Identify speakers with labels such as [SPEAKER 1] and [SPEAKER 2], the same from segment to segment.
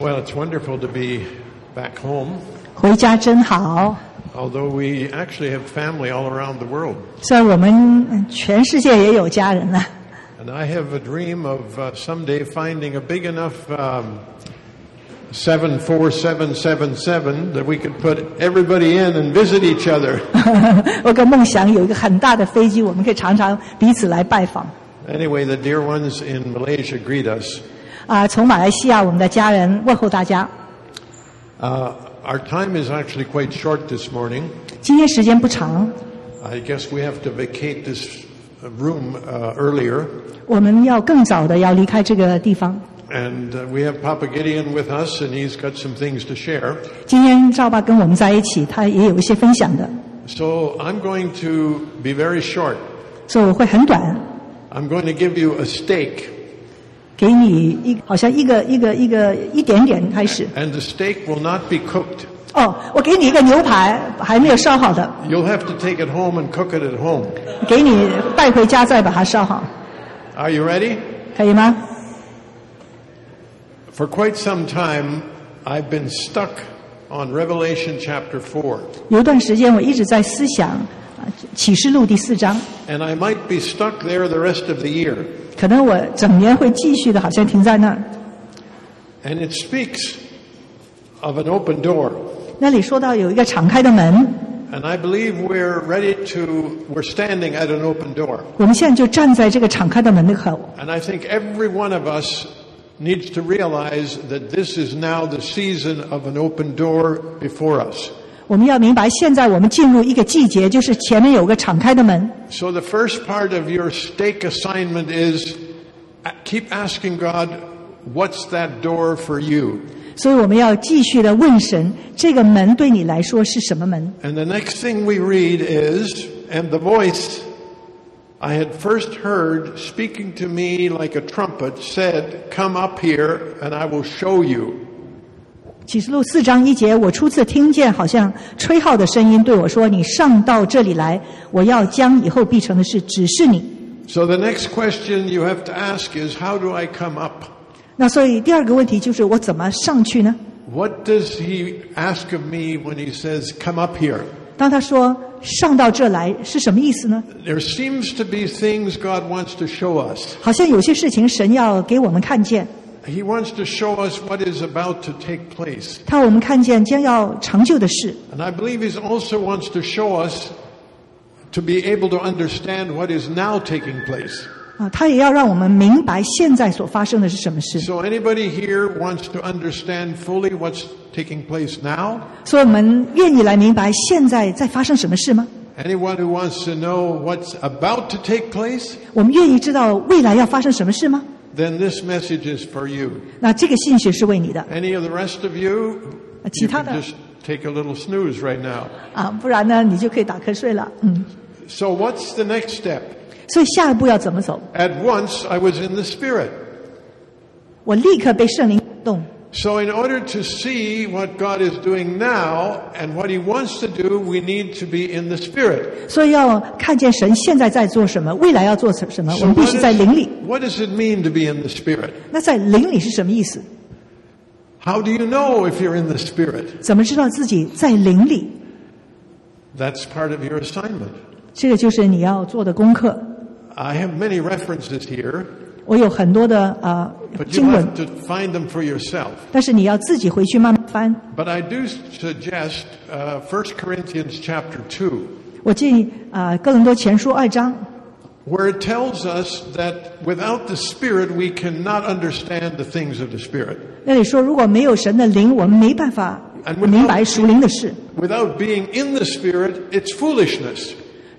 [SPEAKER 1] Well, it's wonderful to be back home,
[SPEAKER 2] 回家真好。
[SPEAKER 1] although we actually have family all around the world.
[SPEAKER 2] 虽然我们嗯全世界也有家人了，啊
[SPEAKER 1] And I have a dream of uh, someday finding a big enough um, 74777 that we could put everybody in and visit each other.
[SPEAKER 2] 我个梦想有一个很大的飞机，我们可以常常彼此来拜访。
[SPEAKER 1] anyway, the dear ones in Malaysia greet us.
[SPEAKER 2] 啊、从马来西亚我们的家人问候大家。
[SPEAKER 1] Uh, our time is actually quite short this morning.
[SPEAKER 2] 今天时间不长，
[SPEAKER 1] I guess we have to vacate this uh, room uh, earlier.
[SPEAKER 2] 我们要更早的要离开这个地方。
[SPEAKER 1] And uh, we have Papa Gideon with us, and he's got some things to share.
[SPEAKER 2] 今天赵爸跟我们在一起，他也有一些分享的，
[SPEAKER 1] So I'm going to be very short.
[SPEAKER 2] 所以我会很短，
[SPEAKER 1] I'm going to give you a steak,
[SPEAKER 2] 给你一好像一个一个一个一点点开始。
[SPEAKER 1] and the steak will not be cooked.
[SPEAKER 2] 哦，我给你一个牛排，还没有烧好的，
[SPEAKER 1] You'll have to take it home and cook it at home.
[SPEAKER 2] 给你带回家再把它烧好，
[SPEAKER 1] Are you ready?
[SPEAKER 2] 可以吗？
[SPEAKER 1] For quite some time, I've been stuck on Revelation chapter 4,
[SPEAKER 2] 有一段时间我一直在思想啊《启示录》第四章，
[SPEAKER 1] and I might be stuck there the rest of the year.
[SPEAKER 2] 可能我整年会继续的，好像停在那儿。
[SPEAKER 1] And it speaks of an open door.
[SPEAKER 2] 那里说到有一个敞开的门，
[SPEAKER 1] And I believe we're ready to, we're standing at an open door.
[SPEAKER 2] 我们现在就站在这个敞开的门的口。
[SPEAKER 1] And I think every one of us needs to realize that this is now the season of an open door before us.
[SPEAKER 2] 我们要明白，现在我们进入一个季节，就是前面有个敞开的门。
[SPEAKER 1] So the first part of your stake assignment is uh, keep asking God, what's that door for you?
[SPEAKER 2] 所以我们要继续的问神，这个门对你来说是什么门？
[SPEAKER 1] And the next thing we read is, and the voice I had first heard speaking to me like a trumpet said, come up here and I will show you.
[SPEAKER 2] 启示录四章一节，我初次听见好像吹号的声音对我说：“你上到这里来，我要将以后必成的事指示你。
[SPEAKER 1] So the next question you have to ask is, how do I come up? ”
[SPEAKER 2] 那所以第二个问题就是我怎么上去呢？
[SPEAKER 1] What does he ask of me when he says, come up here?
[SPEAKER 2] 当他说“上到这来”是什么意思呢？
[SPEAKER 1] There seems to be things God wants to show us.
[SPEAKER 2] 好像有些事情神要给我们看见，
[SPEAKER 1] He wants to show us what is about to take place.
[SPEAKER 2] 他我们看见将要成就的事，
[SPEAKER 1] And I believe he also wants to show us to be able to understand what is now taking place.
[SPEAKER 2] 啊，他也要让我们明白现在所发生的是什么事。
[SPEAKER 1] So anybody here wants to understand fully what's taking place now?
[SPEAKER 2] 所以我们愿意来明白现在在发生什么事吗？
[SPEAKER 1] Anyone who wants to know what's about to take place?
[SPEAKER 2] 我们愿意知道未来要发生什么事吗？
[SPEAKER 1] Then this message is for you.
[SPEAKER 2] 那这个信息是为你的
[SPEAKER 1] Any of the rest of you, you can
[SPEAKER 2] 其他的-
[SPEAKER 1] just take a little snooze right now.
[SPEAKER 2] 啊，不然呢你就可以打瞌睡了。嗯，
[SPEAKER 1] So what's the next step?
[SPEAKER 2] 所以下一步要怎么走？
[SPEAKER 1] At once I was in the Spirit.
[SPEAKER 2] 我立刻被圣灵感动，
[SPEAKER 1] So, in order to see what God is doing now and what He wants to do, we need to be in the Spirit.
[SPEAKER 2] 所以要看见神现在在做什么，未来要做什什么，我
[SPEAKER 1] So,
[SPEAKER 2] 们必
[SPEAKER 1] what,
[SPEAKER 2] 须在灵里
[SPEAKER 1] is,。what does it mean to be in the Spirit?
[SPEAKER 2] 那在灵里是什么意思？
[SPEAKER 1] How do you know if you're in the Spirit?
[SPEAKER 2] 怎么知道自己在灵里？
[SPEAKER 1] That's part of your assignment.
[SPEAKER 2] 这个就是你要做的功课。
[SPEAKER 1] I have many references here,
[SPEAKER 2] 我有很多的呃
[SPEAKER 1] but you
[SPEAKER 2] 经文
[SPEAKER 1] have，to find them for yourself.
[SPEAKER 2] 但是你要自己回去慢慢翻。
[SPEAKER 1] But I do suggest uh, 1 Corinthians chapter 2.
[SPEAKER 2] 我建议啊，呃《哥林多前书》二章，
[SPEAKER 1] where it tells us that without the Spirit, we cannot understand the things of the Spirit.
[SPEAKER 2] 那里说，如果没有神的灵，我们没办法
[SPEAKER 1] And without-
[SPEAKER 2] 明白属灵的事。
[SPEAKER 1] Without being in the Spirit, it's foolishness.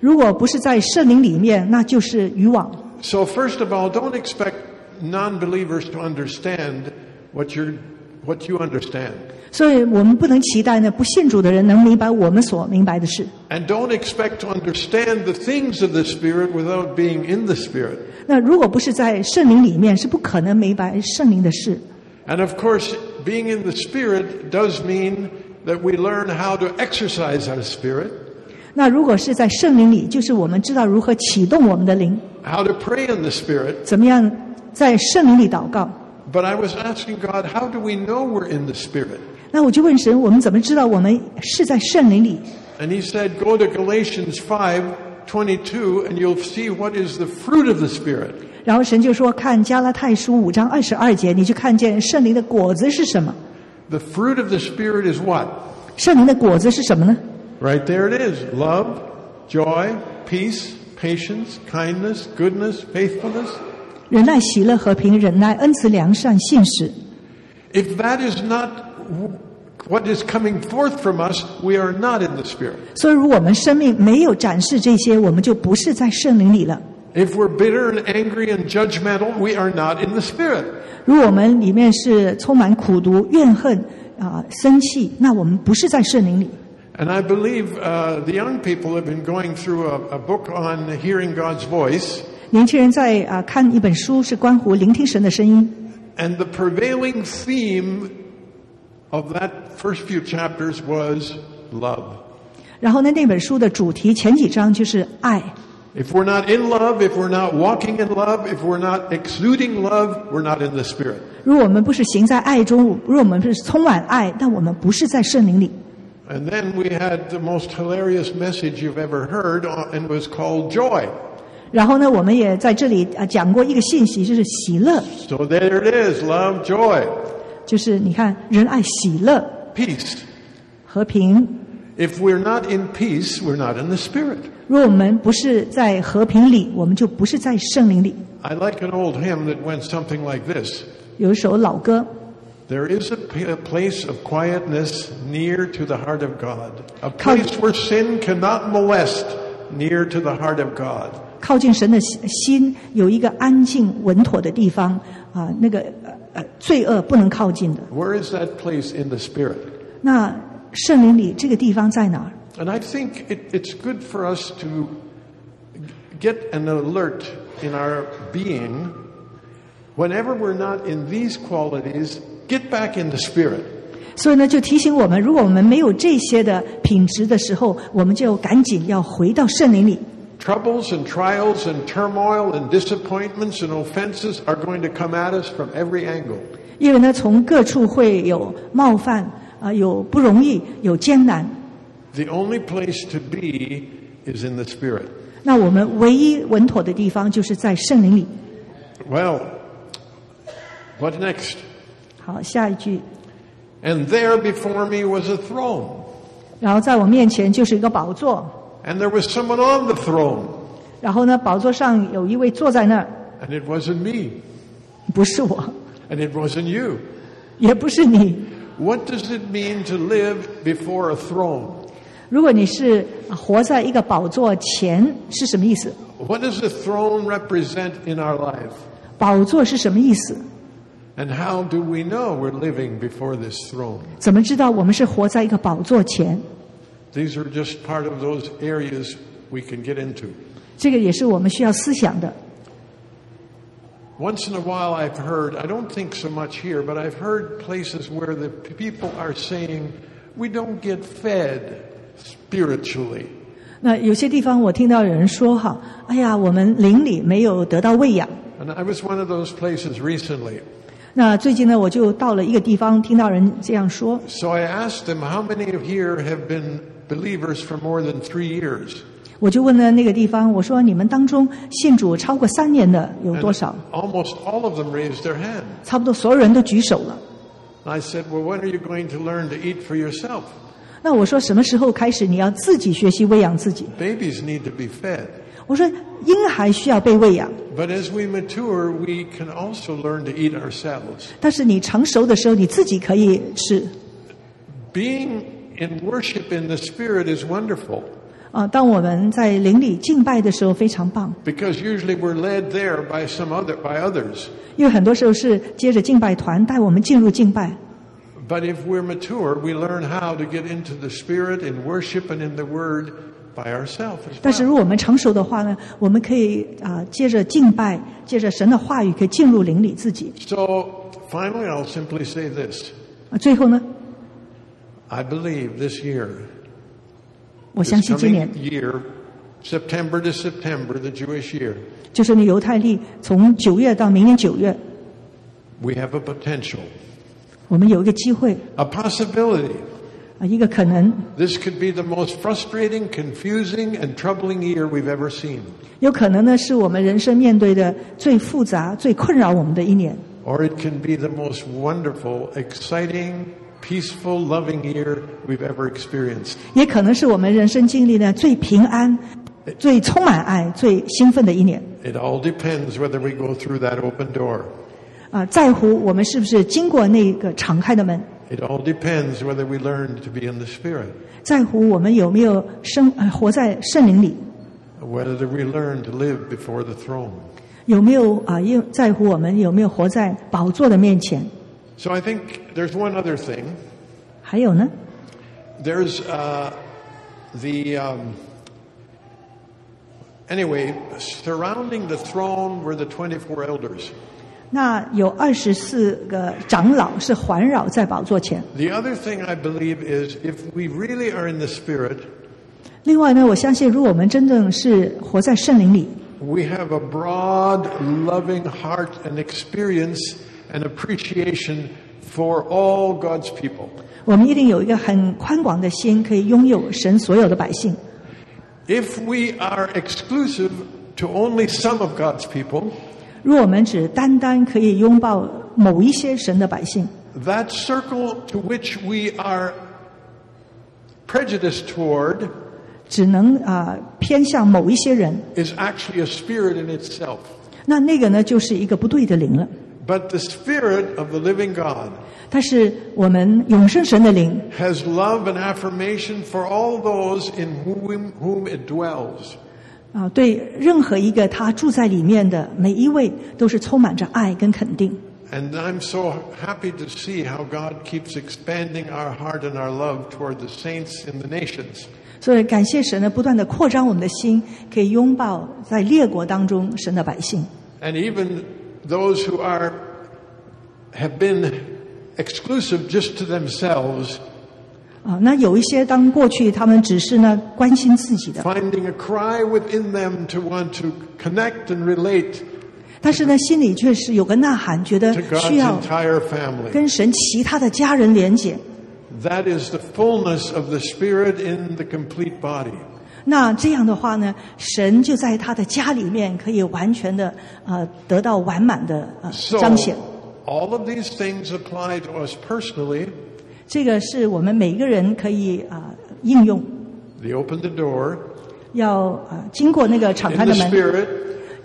[SPEAKER 2] 如果不是在圣灵里面，那就是渔网。
[SPEAKER 1] So, first of all, don't expect non believers to understand what, you're, what you understand.
[SPEAKER 2] 所以我们不能期待呢不信主的人能明白我们所明白的事。
[SPEAKER 1] And don't expect to understand the things of the Spirit without being in the Spirit.
[SPEAKER 2] 那如果不是在圣灵里面，是不可能明白圣灵的事。
[SPEAKER 1] And of course, being in the Spirit does mean that we learn how to exercise our Spirit,
[SPEAKER 2] 那如果是在圣灵里，就是我们知道如何启动我们的灵，
[SPEAKER 1] how to pray in the Spirit.
[SPEAKER 2] 怎么样在圣灵里祷告，
[SPEAKER 1] But I was asking God, how do we know we're in the Spirit?
[SPEAKER 2] 那我就问神，我们怎么知道我们是在圣灵里？
[SPEAKER 1] And he said, go to Galatians 5 22 and you'll see what is the fruit of the Spirit.
[SPEAKER 2] 然后神就说：“看加拉太书五章二十二节，你就看见圣灵的果子是什么？
[SPEAKER 1] The fruit of the Spirit is what?
[SPEAKER 2] 圣灵的果子是什么呢？
[SPEAKER 1] Right there it is. Love, joy, peace, patience, kindness, goodness, faithfulness.
[SPEAKER 2] 忍耐、喜乐、和平、忍耐、恩慈、良善、信实。
[SPEAKER 1] If that is not w- what is coming forth from us, we are not in the Spirit.
[SPEAKER 2] 所以，如果我们生命没有展示这些，我们就不是在圣灵里了。
[SPEAKER 1] If we're bitter and angry and judgmental, we are not in the Spirit.
[SPEAKER 2] 如果我们里面是充满苦毒、怨恨啊、生气，那我们不是在圣灵里。
[SPEAKER 1] And I believe uh, the young people have been going through a, a book on hearing God's voice,
[SPEAKER 2] 年轻人在啊、看一本书，是关乎聆听神的声音。
[SPEAKER 1] and the prevailing theme of that first few chapters was love.
[SPEAKER 2] 然后呢，那本书的主题前几章就是爱。
[SPEAKER 1] If we're not in love, if we're not walking in love, if we're not exuding love, we're not in the Spirit.
[SPEAKER 2] 如果我们不是行在爱中，如果我们是充满爱，但我们不是在圣灵里。
[SPEAKER 1] And then we had the most hilarious message you've ever heard, uh, and it was called joy.
[SPEAKER 2] 然后呢，我们也在这里啊讲过一个信息，就是喜乐，
[SPEAKER 1] So there it is love, joy,
[SPEAKER 2] 就是你看仁爱、喜乐、
[SPEAKER 1] peace.
[SPEAKER 2] 和平。
[SPEAKER 1] If we're not in peace, we're not in the Spirit.
[SPEAKER 2] 如果我们不是在和平里，我们就不是在圣灵里。
[SPEAKER 1] I like an old hymn that went something like this.
[SPEAKER 2] 有一首老歌，
[SPEAKER 1] There is a p- a place of quietness near to the heart of God, a place where sin cannot molest, near to the heart of God.
[SPEAKER 2] 靠近神的心有一个安静稳妥的地方啊，那个呃呃罪恶不能靠近的。
[SPEAKER 1] Where is that place in the Spirit?
[SPEAKER 2] 那圣灵里这个地方在哪儿？
[SPEAKER 1] And I think it, it's good for us to get an alert in our being. Whenever we're not in these qualities, get back in the Spirit.
[SPEAKER 2] 所以呢，就提醒我们，如果我们没有这些的品质的时候，我们就赶紧要回到圣灵里。
[SPEAKER 1] Troubles and trials and turmoil and disappointments and offenses are going to come at us from every angle.
[SPEAKER 2] 因为呢，从各处会有冒犯啊、有不容易，有艰难。
[SPEAKER 1] The only place to be is in the Spirit.
[SPEAKER 2] 那我们唯一稳妥的地方就是在圣灵里。
[SPEAKER 1] Well, what next?
[SPEAKER 2] 好，下一句，
[SPEAKER 1] And there before me was a throne.
[SPEAKER 2] 然后在我面前就是一个宝座，
[SPEAKER 1] And there was someone on the throne,
[SPEAKER 2] 然后呢，宝座上有一位坐在那儿，
[SPEAKER 1] and it wasn't me,
[SPEAKER 2] 不是我，
[SPEAKER 1] and it wasn't you.
[SPEAKER 2] 也不是你。
[SPEAKER 1] What does it mean to live before a throne?
[SPEAKER 2] 如果你是啊活在一个宝座前，是什么意思？
[SPEAKER 1] What does the throne represent in our life?
[SPEAKER 2] 宝座是什么意思？
[SPEAKER 1] And how do we know we're living before this throne?
[SPEAKER 2] 怎么知道我们是活在一个宝座前？
[SPEAKER 1] These are just part of those areas we can get into.
[SPEAKER 2] 这个也是我们需要思想的。
[SPEAKER 1] Once in a while, I've heard, I don't think so much here, but I've heard places where the people are saying, we don't get fed spiritually.
[SPEAKER 2] 那有些地方我听到有人说哈，哎呀，我们邻里没有得到喂养。
[SPEAKER 1] And I was one of those places recently.
[SPEAKER 2] 那最近呢，我就到了一个地方，听到人这样说。
[SPEAKER 1] So I asked them, how many of here have been believers for more than three years?
[SPEAKER 2] 我就问了那个地方，我说你们当中信主超过三年的有
[SPEAKER 1] And
[SPEAKER 2] 多少？
[SPEAKER 1] almost all of them raised their hand.
[SPEAKER 2] 差不多所有人都举手了。
[SPEAKER 1] And I said, well, when are you going to learn to eat for yourself?
[SPEAKER 2] 那我说什么时候开始你要自己学习喂养自己？
[SPEAKER 1] Babies need to be fed.
[SPEAKER 2] 我说婴孩需要被喂养，
[SPEAKER 1] But as we mature, we can also learn to eat ourselves.
[SPEAKER 2] 但是你成熟的时候你自己可以吃
[SPEAKER 1] Being in worship in the Spirit is wonderful
[SPEAKER 2] 啊。当我们在邻里敬拜的时候非常棒，
[SPEAKER 1] because usually we're led there by some other, by others.
[SPEAKER 2] 因为很多时候是接着敬拜团带我们进入敬拜。
[SPEAKER 1] But if we're mature, we learn how to get into the Spirit in worship and in the Word by ourselves. as
[SPEAKER 2] 但是
[SPEAKER 1] well.
[SPEAKER 2] 如果我们成熟的话呢，我们可以啊、接着敬拜，接着神的话语，可以进入灵里自己。
[SPEAKER 1] So finally, I'll simply say this.
[SPEAKER 2] 啊，最后呢，
[SPEAKER 1] I believe this year,
[SPEAKER 2] 我相
[SPEAKER 1] this
[SPEAKER 2] 信今年
[SPEAKER 1] coming year, September to September, the Jewish year,
[SPEAKER 2] 就是那犹太历从九月到明年九月，
[SPEAKER 1] we have a potential,
[SPEAKER 2] 我们有一个机会
[SPEAKER 1] a possibility.
[SPEAKER 2] 啊，一个可能，
[SPEAKER 1] This could be the most frustrating, confusing, and troubling year we've ever seen.
[SPEAKER 2] 有可能呢是我们人生面对的最复杂、最困扰我们的一年，
[SPEAKER 1] Or it can be the most wonderful, exciting, peaceful, loving year we've ever experienced.
[SPEAKER 2] 也可能是我们人生经历呢最平安、最充满爱、最兴奋的一年。
[SPEAKER 1] It all depends whether we go through that open door.
[SPEAKER 2] 啊，在乎我们是不是经过那个敞开的门，
[SPEAKER 1] It all depends whether we learn to be in the Spirit,
[SPEAKER 2] 在乎我们有没有生呃活在圣灵里，
[SPEAKER 1] whether we learn to live before the throne.
[SPEAKER 2] 有没有啊，又在乎我们有没有活在宝座的面前。
[SPEAKER 1] So I think there's one other thing.
[SPEAKER 2] 还有呢，
[SPEAKER 1] There's uh, the. Um, anyway, surrounding the throne were the 24 elders.
[SPEAKER 2] 那有二十四个长老是环绕在宝座前。
[SPEAKER 1] The other thing I believe is if we really are in the Spirit,
[SPEAKER 2] 另外呢，我相信如果我们真正是活在圣灵里，
[SPEAKER 1] we have a broad, loving heart and experience and appreciation for all God's people.
[SPEAKER 2] 我们一定有一个很宽广的心，可以拥有神所有的百姓。
[SPEAKER 1] If we are exclusive to only some of God's people,
[SPEAKER 2] 若我们只单单可以拥抱某一些神的百姓，
[SPEAKER 1] that circle to which we are prejudiced toward
[SPEAKER 2] 只能啊、偏向某一些人，
[SPEAKER 1] is actually a spirit in itself.
[SPEAKER 2] 那那个呢就是一个不对的灵了。
[SPEAKER 1] But the Spirit of the living God
[SPEAKER 2] 它是我们永生神的灵，
[SPEAKER 1] has love and affirmation for all those in whom, whom it dwells.
[SPEAKER 2] 啊，对任何一个他住在里面的每一位，都是充满着爱跟肯定。
[SPEAKER 1] And I'm so happy to see how God keeps expanding our heart and our love toward the saints in the nations.
[SPEAKER 2] 所以感谢神呢，不断的扩张我们的心，可以拥抱在列国当中神的百姓。
[SPEAKER 1] And even those who are, have been exclusive just to themselves,
[SPEAKER 2] 啊，那有一些当过去他们只是呢关心自己的，
[SPEAKER 1] finding a cry within them to want to connect and relate
[SPEAKER 2] 但是呢心里却是有个呐喊，觉得
[SPEAKER 1] to God's
[SPEAKER 2] 需要
[SPEAKER 1] entire family.
[SPEAKER 2] 跟神其他的家人连结。
[SPEAKER 1] That is the fullness of the Spirit in the complete body.
[SPEAKER 2] 那这样的话呢，神就在他的家里面可以完全的呃得到完满的呃
[SPEAKER 1] So,
[SPEAKER 2] 彰显。
[SPEAKER 1] all of these things apply to us personally.
[SPEAKER 2] 这个是我们每一个人可以啊、呃应用，
[SPEAKER 1] They open the door
[SPEAKER 2] 要啊、呃经过那个敞
[SPEAKER 1] in
[SPEAKER 2] 开的
[SPEAKER 1] the
[SPEAKER 2] 门，
[SPEAKER 1] Spirit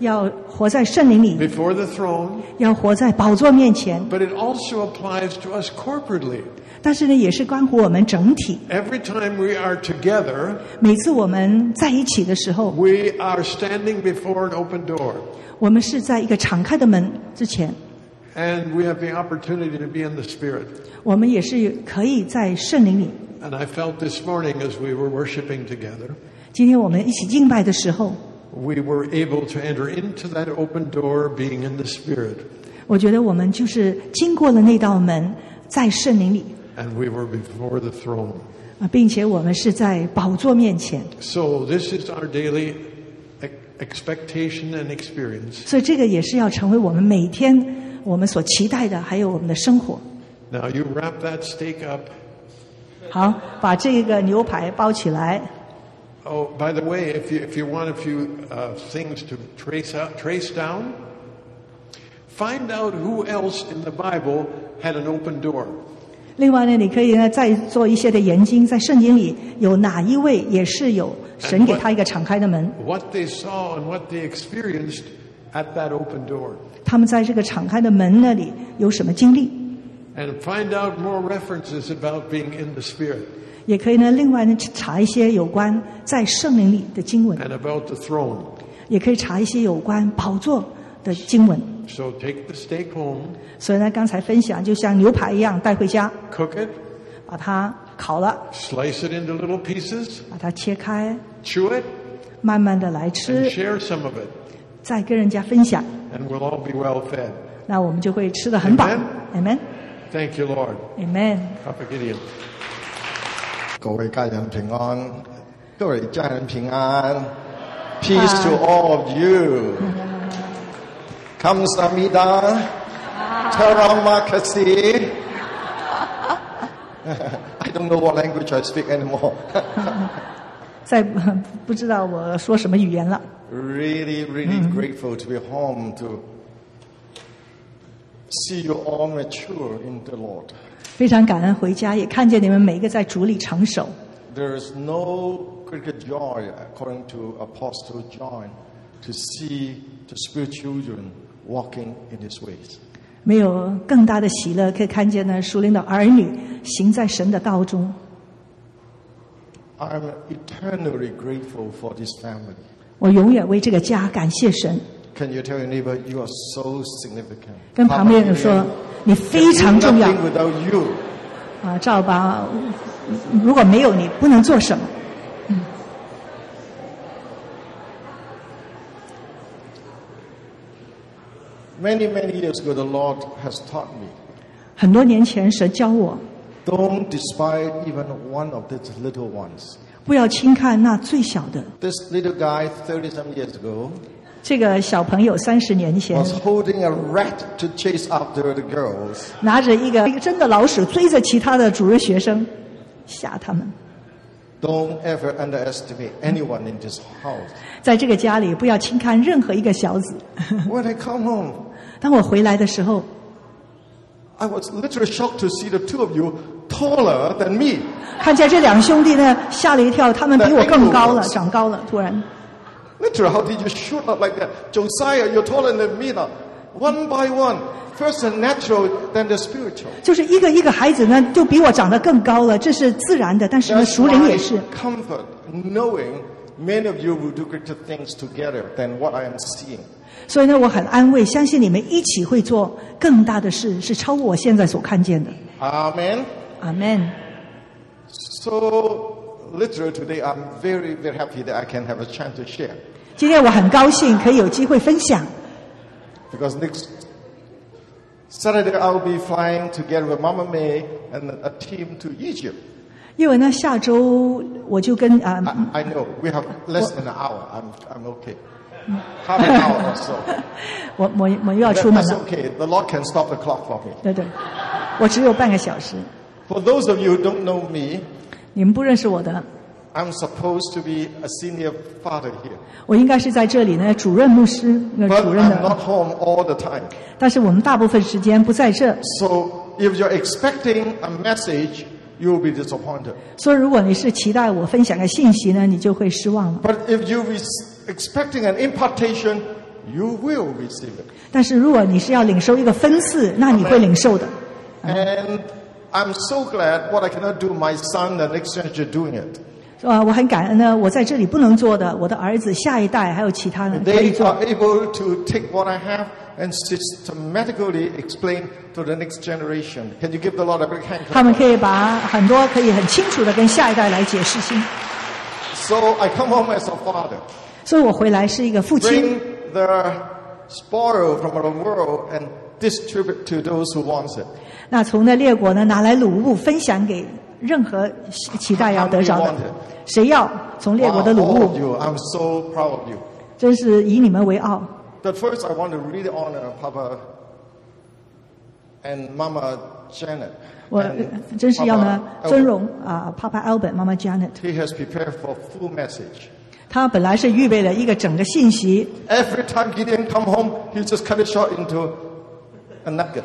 [SPEAKER 2] 要活在圣灵里，
[SPEAKER 1] before the throne,
[SPEAKER 2] 要活在宝座面前。
[SPEAKER 1] but it also applies to us corporately.
[SPEAKER 2] 但是呢，也是关乎我们整体。
[SPEAKER 1] Every time we are together,
[SPEAKER 2] 每次我们在一起的时候，
[SPEAKER 1] we are standing before an open door,
[SPEAKER 2] 我们是在一个敞开的门之前，
[SPEAKER 1] and we have the opportunity to be in the Spirit.
[SPEAKER 2] 我们也是可以在圣灵里。
[SPEAKER 1] And I felt this morning as we were worshiping together,
[SPEAKER 2] 今天我们一起敬拜的时候，
[SPEAKER 1] we were able to enter into that open door being in the Spirit,
[SPEAKER 2] 我觉得我们就是经过了那道门，在圣灵里
[SPEAKER 1] and we were before the throne.
[SPEAKER 2] 啊，并且我们是在宝座面前，
[SPEAKER 1] So, this is our daily e- expectation and experience.
[SPEAKER 2] 所以这个也是要成为我们每天我们所期待的，还有我们的生活。
[SPEAKER 1] Now, you wrap that steak up.
[SPEAKER 2] 好，把这个牛排包起来。
[SPEAKER 1] Oh, by the way, if you, if you want a few uh, things to trace, out, trace down, find out who else in the Bible had an open door.
[SPEAKER 2] 另外呢，你可以呢再做一些的研经，在圣经里有哪一位也是有神给他一个敞开的门，
[SPEAKER 1] What they saw and what they experienced at that open door.
[SPEAKER 2] 他们在这个敞开的门那里有什么经历？
[SPEAKER 1] And find out more references about being in the Spirit
[SPEAKER 2] 也可以呢，另外呢去查一些有关在圣灵里的经文，
[SPEAKER 1] and about the throne.
[SPEAKER 2] 也可以查一些有关宝座的经文。
[SPEAKER 1] So take the steak home,
[SPEAKER 2] 所以呢，刚才分享就像牛排一样带回家，
[SPEAKER 1] cook it,
[SPEAKER 2] 把它烤了，
[SPEAKER 1] slice it into little pieces,
[SPEAKER 2] 把它切开，
[SPEAKER 1] chew it,
[SPEAKER 2] 慢慢的来
[SPEAKER 1] and
[SPEAKER 2] 吃，
[SPEAKER 1] share some of it,
[SPEAKER 2] 再跟人家分享，
[SPEAKER 1] and we'll all be well fed.
[SPEAKER 2] 那我们就会吃的很饱。Amen。
[SPEAKER 1] Thank you, Lord.
[SPEAKER 2] Amen。
[SPEAKER 1] Papa Gideon.
[SPEAKER 3] 各位家人平安，各位家人平安，Peace to all of you。Come s a m i d a Taramacasi. I don't know what language I speak anymore.
[SPEAKER 2] 在不知道我说什么语言了。
[SPEAKER 3] really, really grateful to be home to see you all mature in the Lord.
[SPEAKER 2] 非常感恩回家，也看见你们每一个在主里成熟。
[SPEAKER 3] There is no greater joy, according to Apostle John, to see the spirit children walking in His ways.
[SPEAKER 2] 没有更大的喜乐，可以看见呢，属灵的儿女行在神的道中。
[SPEAKER 3] I'm eternally grateful for this family.
[SPEAKER 2] 我永远为这个家感谢神。
[SPEAKER 3] Can you tell your neighbor you are so significant?
[SPEAKER 2] 跟旁边人
[SPEAKER 3] Papa,
[SPEAKER 2] 说
[SPEAKER 3] you，
[SPEAKER 2] 你非
[SPEAKER 3] can
[SPEAKER 2] 常
[SPEAKER 3] do
[SPEAKER 2] 重要
[SPEAKER 3] nothing without you.
[SPEAKER 2] 啊！赵吧，如果没有你，不能做什么。
[SPEAKER 3] Many, many years ago, the Lord has taught me
[SPEAKER 2] 很多年前，神教我
[SPEAKER 3] don't despise even one of these little ones.
[SPEAKER 2] 不要轻看那最小的。
[SPEAKER 3] This little guy, 30 some years ago,
[SPEAKER 2] 这个小朋友三十年前
[SPEAKER 3] was holding a rat to chase after the girls.
[SPEAKER 2] 拿着一个一个真的老鼠追着其他的主日学生，吓他们。
[SPEAKER 3] Don't ever underestimate anyone in this house.
[SPEAKER 2] 在这个家里，不要轻看任何一个小子。
[SPEAKER 3] When I come home,
[SPEAKER 2] 当我回来的时候，
[SPEAKER 3] I was literally shocked to see the two of you taller than me.
[SPEAKER 2] 看见这两兄弟呢，吓了一跳，他们比我更高了，长高了。突然，
[SPEAKER 3] Literally, how did you shoot up like that? Josiah, you're taller than me now. One by one, first the natural, then the spiritual.
[SPEAKER 2] 就是一个一个孩子呢，就比我长得更高了，这是自然的。但是呢，
[SPEAKER 3] That's
[SPEAKER 2] 熟龄也
[SPEAKER 3] my
[SPEAKER 2] 是。
[SPEAKER 3] comfort, knowing many of you will do greater things together than what I am seeing.
[SPEAKER 2] 所以呢，我很安慰，相信你们一起会做更大的事，是超过我现在所看见的。
[SPEAKER 3] Amen.
[SPEAKER 2] 阿门。
[SPEAKER 3] So, literally today, I'm very, very happy that I can have a chance to share.
[SPEAKER 2] 今天我很高兴可以有机会分享，
[SPEAKER 3] Because next Saturday, I'll be flying together with Mama May and a team to Egypt.
[SPEAKER 2] 因为呢，下周我就跟啊、
[SPEAKER 3] I, I know we have less than an hour. I'm, I'm okay. Half an hour or so.
[SPEAKER 2] 我我我又要
[SPEAKER 3] That-
[SPEAKER 2] 出门
[SPEAKER 3] that's
[SPEAKER 2] 了，
[SPEAKER 3] okay. The Lord can stop the clock for me.
[SPEAKER 2] 对对，我只有半个小时。
[SPEAKER 3] For those of you who don't know me,
[SPEAKER 2] 你们不认识我的，
[SPEAKER 3] I'm supposed to be a senior father here,
[SPEAKER 2] 我应该是在这里呢，主任牧师，那
[SPEAKER 3] but
[SPEAKER 2] 主任
[SPEAKER 3] I'm not
[SPEAKER 2] 的。
[SPEAKER 3] home all the time.
[SPEAKER 2] 但是我们大部分时间不在这，
[SPEAKER 3] So if you're expecting a message, you will be disappointed.
[SPEAKER 2] 所以如果你是期待我分享个信息呢，你就会失望了。
[SPEAKER 3] But if you're expecting an impartation, you will receive it.
[SPEAKER 2] 但是如果你是要领受一个分次，那你会领受的。
[SPEAKER 3] And I'm so glad what I cannot do, my son and next generation doing it.
[SPEAKER 2] 是呃吧？我很感恩呢，我在这里不能做的，我的儿子、下一代还有其他人可以
[SPEAKER 3] They
[SPEAKER 2] 做。
[SPEAKER 3] are able to take what I have and systematically explain to the next generation. Can you give the Lord a big hand?
[SPEAKER 2] 他们可以把很多可以很清楚的跟下一代来解释清。
[SPEAKER 3] So I come home as a father.
[SPEAKER 2] 所以我回来是一个父亲，
[SPEAKER 3] bring the spoil from the world and distribute to those who wants it.
[SPEAKER 2] 那从那列国呢拿来掳物分享给任何期待要得着
[SPEAKER 3] How
[SPEAKER 2] 的
[SPEAKER 3] many wanted？
[SPEAKER 2] 谁要从列国
[SPEAKER 3] Wow,
[SPEAKER 2] 的掳
[SPEAKER 3] all of
[SPEAKER 2] 物，
[SPEAKER 3] you, I'm so proud of you.
[SPEAKER 2] 真是以你们为傲。
[SPEAKER 3] But first, I want to really honor Papa and Mama Janet.
[SPEAKER 2] 我
[SPEAKER 3] and
[SPEAKER 2] 真是要呢
[SPEAKER 3] Papa
[SPEAKER 2] 尊
[SPEAKER 3] Albert.
[SPEAKER 2] 荣啊，Papa Albert，妈妈 Janet，
[SPEAKER 3] He has prepared for full message.
[SPEAKER 2] 他本来是预备了一个整个信息，
[SPEAKER 3] Every time Gideon come home, he just cut it short into a nugget.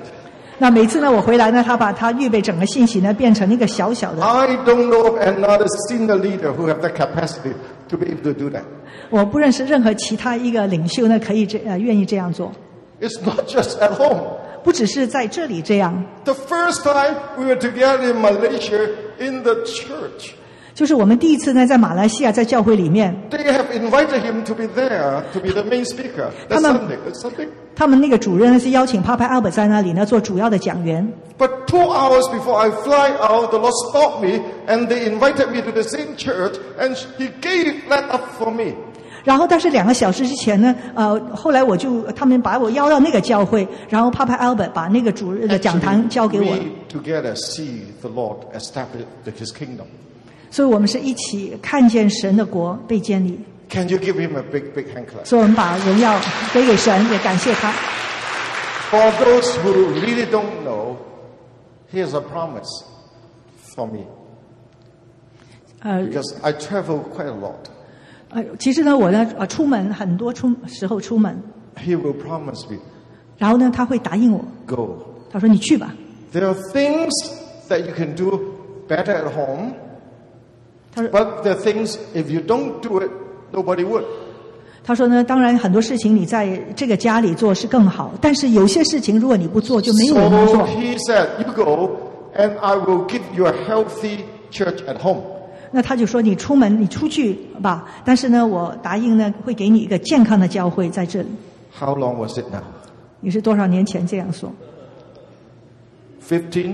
[SPEAKER 2] 那每次呢我回来呢，他把他预备整个信息呢变成一个小小的，
[SPEAKER 3] I don't know of another senior leader who have the capacity to be able to do that.
[SPEAKER 2] 我不认识任何其他一个领袖呢可以这呃愿意这样做，
[SPEAKER 3] It's not just at home.
[SPEAKER 2] 不只是在这里这样，
[SPEAKER 3] The first time we were together in Malaysia in the church,
[SPEAKER 2] 就是我们第一次呢在马来西亚在教会里面，
[SPEAKER 3] they have invited him to be there to be the main speaker. That's
[SPEAKER 2] Come on.
[SPEAKER 3] something. That's something.
[SPEAKER 2] 他们那个主任呢是邀请 Papa Albert 在那里呢做主要的讲员。
[SPEAKER 3] But two hours before I fly out, the Lord stopped me and they invited me to the same church and He gave that up for me.
[SPEAKER 2] 然后，但是两个小时之前呢，呃，后来我就他们把我邀到那个教会，然后 Papa Albert 把那个主日的讲堂交给
[SPEAKER 3] Actually,
[SPEAKER 2] 我，
[SPEAKER 3] we together see the Lord establish His kingdom.
[SPEAKER 2] 所以我们是一起看见神的国被建立，
[SPEAKER 3] Can you give Him a big, big hand clap?
[SPEAKER 2] 所以我们把荣耀归给神，也感谢他。
[SPEAKER 3] For those who really don't know, here's a promise for me
[SPEAKER 2] 呃
[SPEAKER 3] because I travel quite a lot.
[SPEAKER 2] 呃，其实呢，我呢呃出门很多出时候出门，
[SPEAKER 3] He will promise me,
[SPEAKER 2] 然后呢他会答应我，
[SPEAKER 3] go.
[SPEAKER 2] 他说你去吧，
[SPEAKER 3] There are things that you can do better at home,
[SPEAKER 2] 他说
[SPEAKER 3] but there are things if you don't do it, nobody would.
[SPEAKER 2] 他说呢，当然很多事情你在这个家里做是更好，但是有些事情如果你不做，就没有人能
[SPEAKER 3] So
[SPEAKER 2] 做。
[SPEAKER 3] he said, You go, and I will give you a healthy church at home.
[SPEAKER 2] 那他就说你出门你出去吧，但是呢，我答应呢会给你一个健康的教会在这里。
[SPEAKER 3] How long was it now?
[SPEAKER 2] 你是多少年前这样说？
[SPEAKER 3] 15?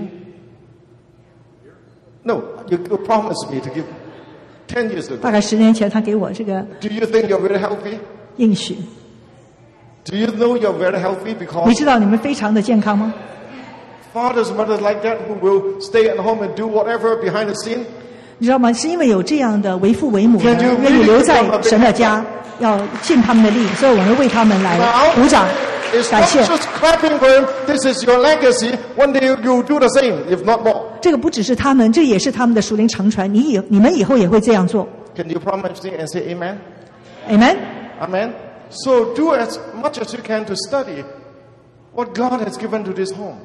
[SPEAKER 3] No, you, you promised me to give 10 years
[SPEAKER 2] 大
[SPEAKER 3] ago.
[SPEAKER 2] 概十年前他给我这个
[SPEAKER 3] Do you think you're very healthy?
[SPEAKER 2] 应许。
[SPEAKER 3] Do you know you're very healthy
[SPEAKER 2] 你
[SPEAKER 3] because
[SPEAKER 2] 知道你们非常的健康吗？
[SPEAKER 3] fathers, mothers like that who will stay at home and do whatever behind the scene?
[SPEAKER 2] 你知道吗？是因为有这样的为父为母的
[SPEAKER 3] Can you
[SPEAKER 2] 愿意
[SPEAKER 3] really
[SPEAKER 2] 留在
[SPEAKER 3] become a big
[SPEAKER 2] 神的家，要尽他们的力，所以我们为他们来
[SPEAKER 3] Now,
[SPEAKER 2] 鼓掌
[SPEAKER 3] it's
[SPEAKER 2] 感
[SPEAKER 3] not
[SPEAKER 2] 谢。
[SPEAKER 3] just clapping for him. This is your legacy. One day you, you do the same, if not more.
[SPEAKER 2] 这个不只是他们，这也是他们的属灵长传。你以你们以后也会这样做
[SPEAKER 3] Can you promise me and say amen?
[SPEAKER 2] ，amen。
[SPEAKER 3] Amen. So do as much as you can to study what God has given to this home.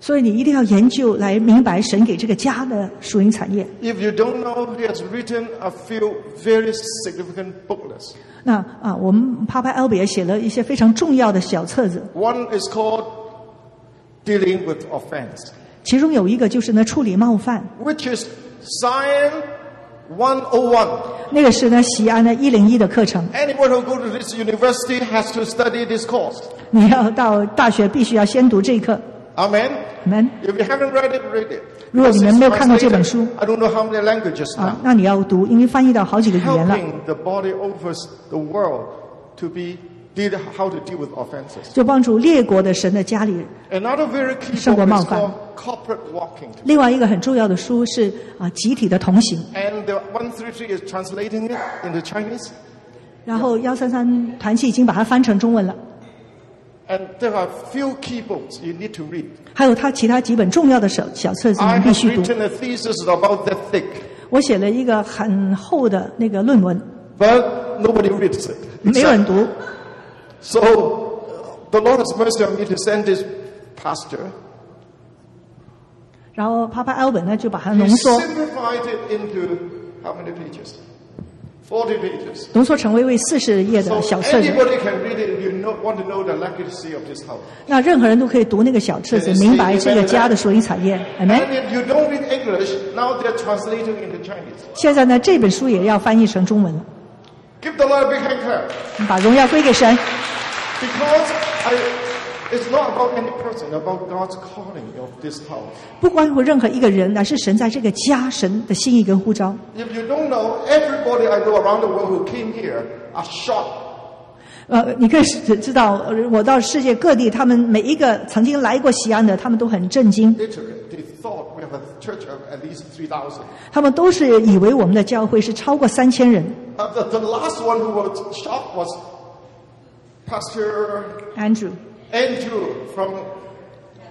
[SPEAKER 2] 所以你一定要研究来明白神给这个家的属灵产业。
[SPEAKER 3] If you don't know, he has written a few very significant booklets.
[SPEAKER 2] 那啊，我们帕帕埃尔比也写了一些非常重要的小册子，
[SPEAKER 3] One is called Dealing with Offense,
[SPEAKER 2] 其中有一个就是呢处理冒犯，
[SPEAKER 3] which is oh Science 101.
[SPEAKER 2] 那个是呢西安的一零一的课程，
[SPEAKER 3] Anyone who goes to this university has to study this course.
[SPEAKER 2] 你要到大学必须要先读这一课。
[SPEAKER 3] Amen.
[SPEAKER 2] 你们
[SPEAKER 3] If you haven't read it, read it.
[SPEAKER 2] 如果你们没有看过这本书，
[SPEAKER 3] I don't know how many languages
[SPEAKER 2] 啊
[SPEAKER 3] now.，
[SPEAKER 2] 那你要读，因为翻译到好几个语言了，
[SPEAKER 3] helping the body over the world to be deal, how to deal with offenses.
[SPEAKER 2] 就帮助列国的神的家里人。
[SPEAKER 3] Another very key book is
[SPEAKER 2] 胜过冒犯。
[SPEAKER 3] called Corporate Walking.
[SPEAKER 2] 另外一个很重要的书是啊集体的同行，
[SPEAKER 3] And the 133 is translating it into Chinese.
[SPEAKER 2] 然后幺三三团契已经把它翻成中文了，
[SPEAKER 3] And there are few key books you need to read.
[SPEAKER 2] 还有它其他几本重要的小小册子
[SPEAKER 3] I
[SPEAKER 2] 你必
[SPEAKER 3] have
[SPEAKER 2] 须读。
[SPEAKER 3] written a thesis about that thick,
[SPEAKER 2] 我写了一个很厚的那个论文，
[SPEAKER 3] but nobody reads it.
[SPEAKER 2] 没有人读。
[SPEAKER 3] So uh, the Lord has mercy on me to send this pastor.
[SPEAKER 2] 然后帕帕埃尔本呢就把它
[SPEAKER 3] He
[SPEAKER 2] 浓缩，
[SPEAKER 3] simplified it into how many pages? 40 pages.
[SPEAKER 2] 浓缩成为为四十页
[SPEAKER 3] So
[SPEAKER 2] 的小册子。
[SPEAKER 3] anybody can read it if you know, want to know the legacy of this house.
[SPEAKER 2] 那任何人都可以读那个小册子，明白这个家的属灵产业。哎没？
[SPEAKER 3] And if you don't read English, now they're translating into Chinese.
[SPEAKER 2] 现在呢，这本书也要翻译成中文了。
[SPEAKER 3] Give the Lord a big hand clap.
[SPEAKER 2] 把荣耀归给神，
[SPEAKER 3] Because I, it's not about any person, about God's calling of this house.
[SPEAKER 2] 不关乎任何一个人，而是神在这个家神的心意跟呼召。
[SPEAKER 3] If you don't know, everybody I know around the world who came here are shocked.
[SPEAKER 2] 呃，你可以知知道，呃我到世界各地，他们每一个曾经来过西安的，他们都很震惊，
[SPEAKER 3] Literally, they thought we have a church of at least 3,000.
[SPEAKER 2] 他们都是以为我们的教会是超过三千人。
[SPEAKER 3] Uh, the, the last one who was shocked was Pastor
[SPEAKER 2] Andrew
[SPEAKER 3] Andrew from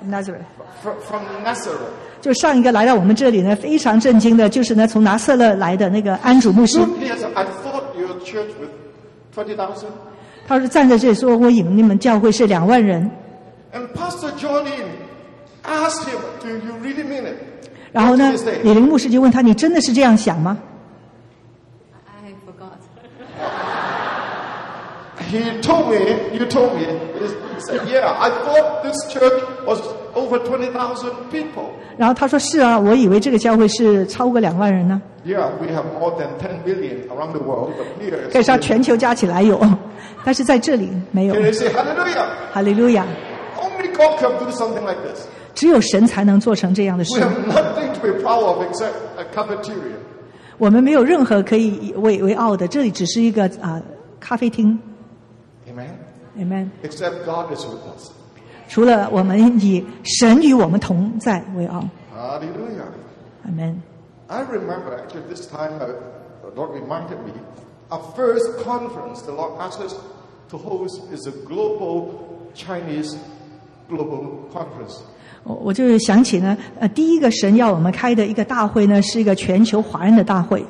[SPEAKER 2] Nazareth，
[SPEAKER 3] from, from Nazareth.
[SPEAKER 2] 就上一个来到我们这里呢，非常震惊的，就是呢从拿瑟勒来的那个安主牧师，
[SPEAKER 3] He has- I thought your church with 20,000.
[SPEAKER 2] 他是站在这里说，我以为你们教会是两万人。
[SPEAKER 3] And Pastor John Yin asked him, Do you really mean it?
[SPEAKER 2] 然后呢
[SPEAKER 3] What did he，say?
[SPEAKER 2] 李林牧师就问他：“你真的是这样想吗
[SPEAKER 4] I forgot.
[SPEAKER 3] He told me, You told me. He said, Yeah, I thought this church was over 20,000 people.？”
[SPEAKER 2] 然后他说：“是啊，我以为这个教会是超过两万人呢、
[SPEAKER 3] Yeah, we have more than 10 million around the world, but here
[SPEAKER 2] 可以
[SPEAKER 3] is.
[SPEAKER 2] 说全球加起来有，但是在这里没有
[SPEAKER 3] Can。you say hallelujah?
[SPEAKER 2] 哈利路亚，
[SPEAKER 3] Only God can do something like this.
[SPEAKER 2] 只有神才能做成这样的事
[SPEAKER 3] We。have nothing to be proud of except a cafeteria.
[SPEAKER 2] 我们没有任何可以为为傲的，这里只是一个啊、咖啡厅
[SPEAKER 3] Amen.
[SPEAKER 2] ，amen。
[SPEAKER 3] Except God is with us.
[SPEAKER 2] 除了我们以神与我们同在为傲
[SPEAKER 3] Hallelujah.
[SPEAKER 2] ，amen。
[SPEAKER 3] I remember actually this time uh, the Lord reminded me, our first conference the Lord asked us to host is a global Chinese global conference.
[SPEAKER 2] 我我就是想起呢，呃，第一个神要我们开的一个大会呢，是一个全球华人的大会。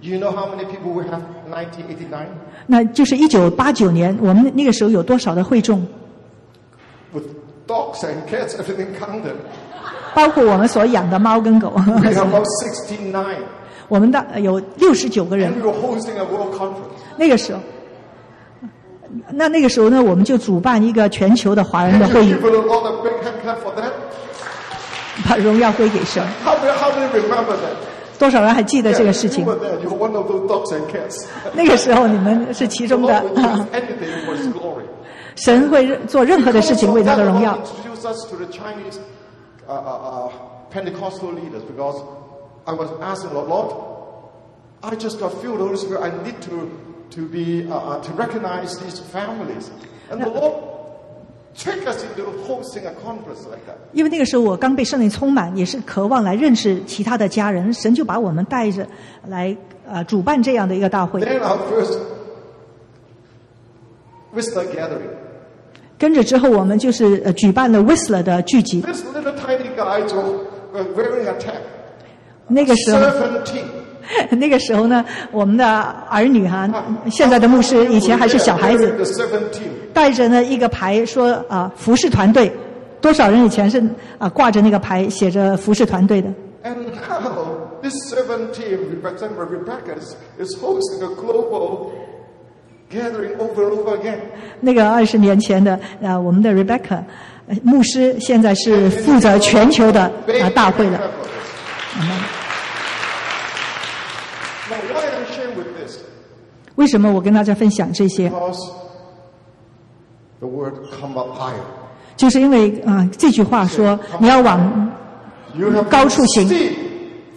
[SPEAKER 3] You know how many people we have in 1989?
[SPEAKER 2] 那就是一九八九年，我们那个时候有多少的会众，
[SPEAKER 3] With dogs and cats, everything counted.
[SPEAKER 2] 包括我们所养的猫跟狗，
[SPEAKER 3] We have about 69.
[SPEAKER 2] 我们的有六十九个人
[SPEAKER 3] And。we were hosting a world conference.
[SPEAKER 2] 那个时候，那那个时候呢，我们就主办一个全球的华人的
[SPEAKER 3] Can
[SPEAKER 2] 会议
[SPEAKER 3] you give，it a lot of big hand clap for that?
[SPEAKER 2] 把荣耀归给神。
[SPEAKER 3] How many, how many remember that?
[SPEAKER 2] 多少人还记得这
[SPEAKER 3] Yeah,
[SPEAKER 2] 个事
[SPEAKER 3] you
[SPEAKER 2] 情？
[SPEAKER 3] were there. You were one of those dogs and cats.
[SPEAKER 2] 那个时候你们是其
[SPEAKER 3] The
[SPEAKER 2] 中 的
[SPEAKER 3] Lord will，use anything for His glory.
[SPEAKER 2] 神会做任何的事情为他的荣耀
[SPEAKER 3] God。introduced us to the Chinese uh, uh, uh, Pentecostal leaders because I was asking the Lord, I just got filled with the Holy Spirit. I need to to be uh, uh, to recognize these families, and the Lord tricked us into hosting a conference like that.
[SPEAKER 2] 因为那个时候我刚被圣灵充满，也是渴望来认识其他的家人，神就把我们带着来呃主办这样的一个大会，
[SPEAKER 3] Then our first Whistler gathering.
[SPEAKER 2] 跟着之后我们就是呃举办了 Whistler 的聚集。
[SPEAKER 3] This little tiny guys were were wearing a tag,
[SPEAKER 2] 那个时候，
[SPEAKER 3] serpentine.
[SPEAKER 2] 那个时候呢，我们的儿女哈、现在的牧师以前还是小孩
[SPEAKER 3] Yeah,
[SPEAKER 2] 子
[SPEAKER 3] wearing，The serpentine.
[SPEAKER 2] 带着呢一个牌说啊、服饰团队，多少人以前是啊、挂着那个牌写着服饰团队的。
[SPEAKER 3] And now, this seven team, represented by Rebecca, is- is hosting a global gathering over and over again.
[SPEAKER 2] 那个二十年前的啊，我们的 Rebecca 呃牧师现在是负责全球的啊大会的。
[SPEAKER 3] Now, why am I sharing with this?
[SPEAKER 2] 为什么我跟大家分享这些？
[SPEAKER 3] Because the word come up higher.
[SPEAKER 2] 就是因为啊、呃这句话说你要往
[SPEAKER 3] You have to
[SPEAKER 2] 高处行。
[SPEAKER 3] see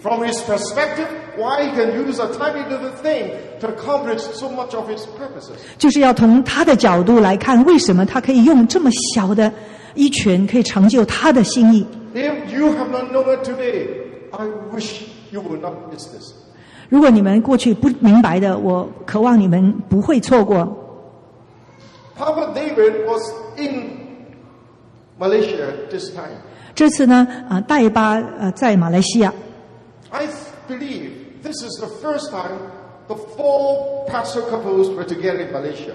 [SPEAKER 3] from his perspective why he can use a tiny little thing to accomplish so much of his purposes.
[SPEAKER 2] 就是要从他的角度来看，为什么他可以用这么小的一群可以成就他的心意？
[SPEAKER 3] If you have not known it today, I wish you would not miss this.
[SPEAKER 2] 如果你们过去不明白的，我渴望你们不会错过。
[SPEAKER 3] Papa David was in Malaysia at this time.
[SPEAKER 2] 这次呢，啊、代巴呃在马来西亚，
[SPEAKER 3] I believe this is the first time the four pastor couples were together in Malaysia.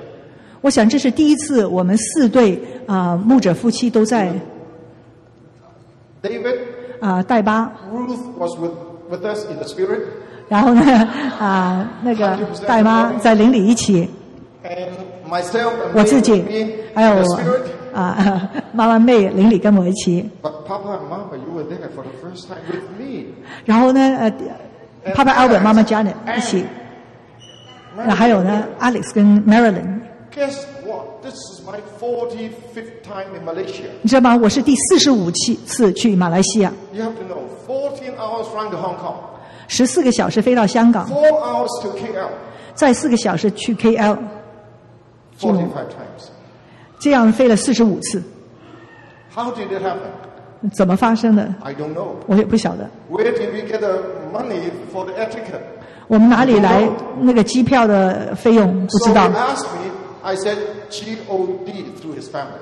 [SPEAKER 2] 我想这是第一次我们四对啊、牧者夫妻都在
[SPEAKER 3] David,
[SPEAKER 2] 啊、代巴，
[SPEAKER 3] Ruth was with, with us in the spirit,
[SPEAKER 2] 然后呢啊、那个代妈在邻里一起，
[SPEAKER 3] and myself and
[SPEAKER 2] 我自
[SPEAKER 3] Mary
[SPEAKER 2] 己
[SPEAKER 3] with me in
[SPEAKER 2] 还有
[SPEAKER 3] the
[SPEAKER 2] 我
[SPEAKER 3] spirit.
[SPEAKER 2] 啊、妈妈妹邻里跟我一起，
[SPEAKER 3] But Papa and Mama, you were there for the first time with me.
[SPEAKER 2] 然后呢呃，Papa Albert 妈妈 Janet 一起，那还有呢 Alex 跟 Marilyn。
[SPEAKER 3] Guess what? This is my 45th time in Malaysia.
[SPEAKER 2] 你知道吗？我是第四十五次次去马来西亚，
[SPEAKER 3] You have to know, 14 hours flying to Hong Kong,
[SPEAKER 2] 十四个小时飞到香港，
[SPEAKER 3] 4 hours to KL,
[SPEAKER 2] 再四个小时去 KL，
[SPEAKER 3] 45 times.
[SPEAKER 2] 这样飞了四十五次，
[SPEAKER 3] How did it happen?
[SPEAKER 2] 怎么发生的？
[SPEAKER 3] I don't know.
[SPEAKER 2] 我也不晓得。
[SPEAKER 3] Where did we get the money for the air ticket?
[SPEAKER 2] 我们哪里来那个机票的费用？不
[SPEAKER 3] So
[SPEAKER 2] 知
[SPEAKER 3] he
[SPEAKER 2] 道。
[SPEAKER 3] asked me, I said G-O-D through his family.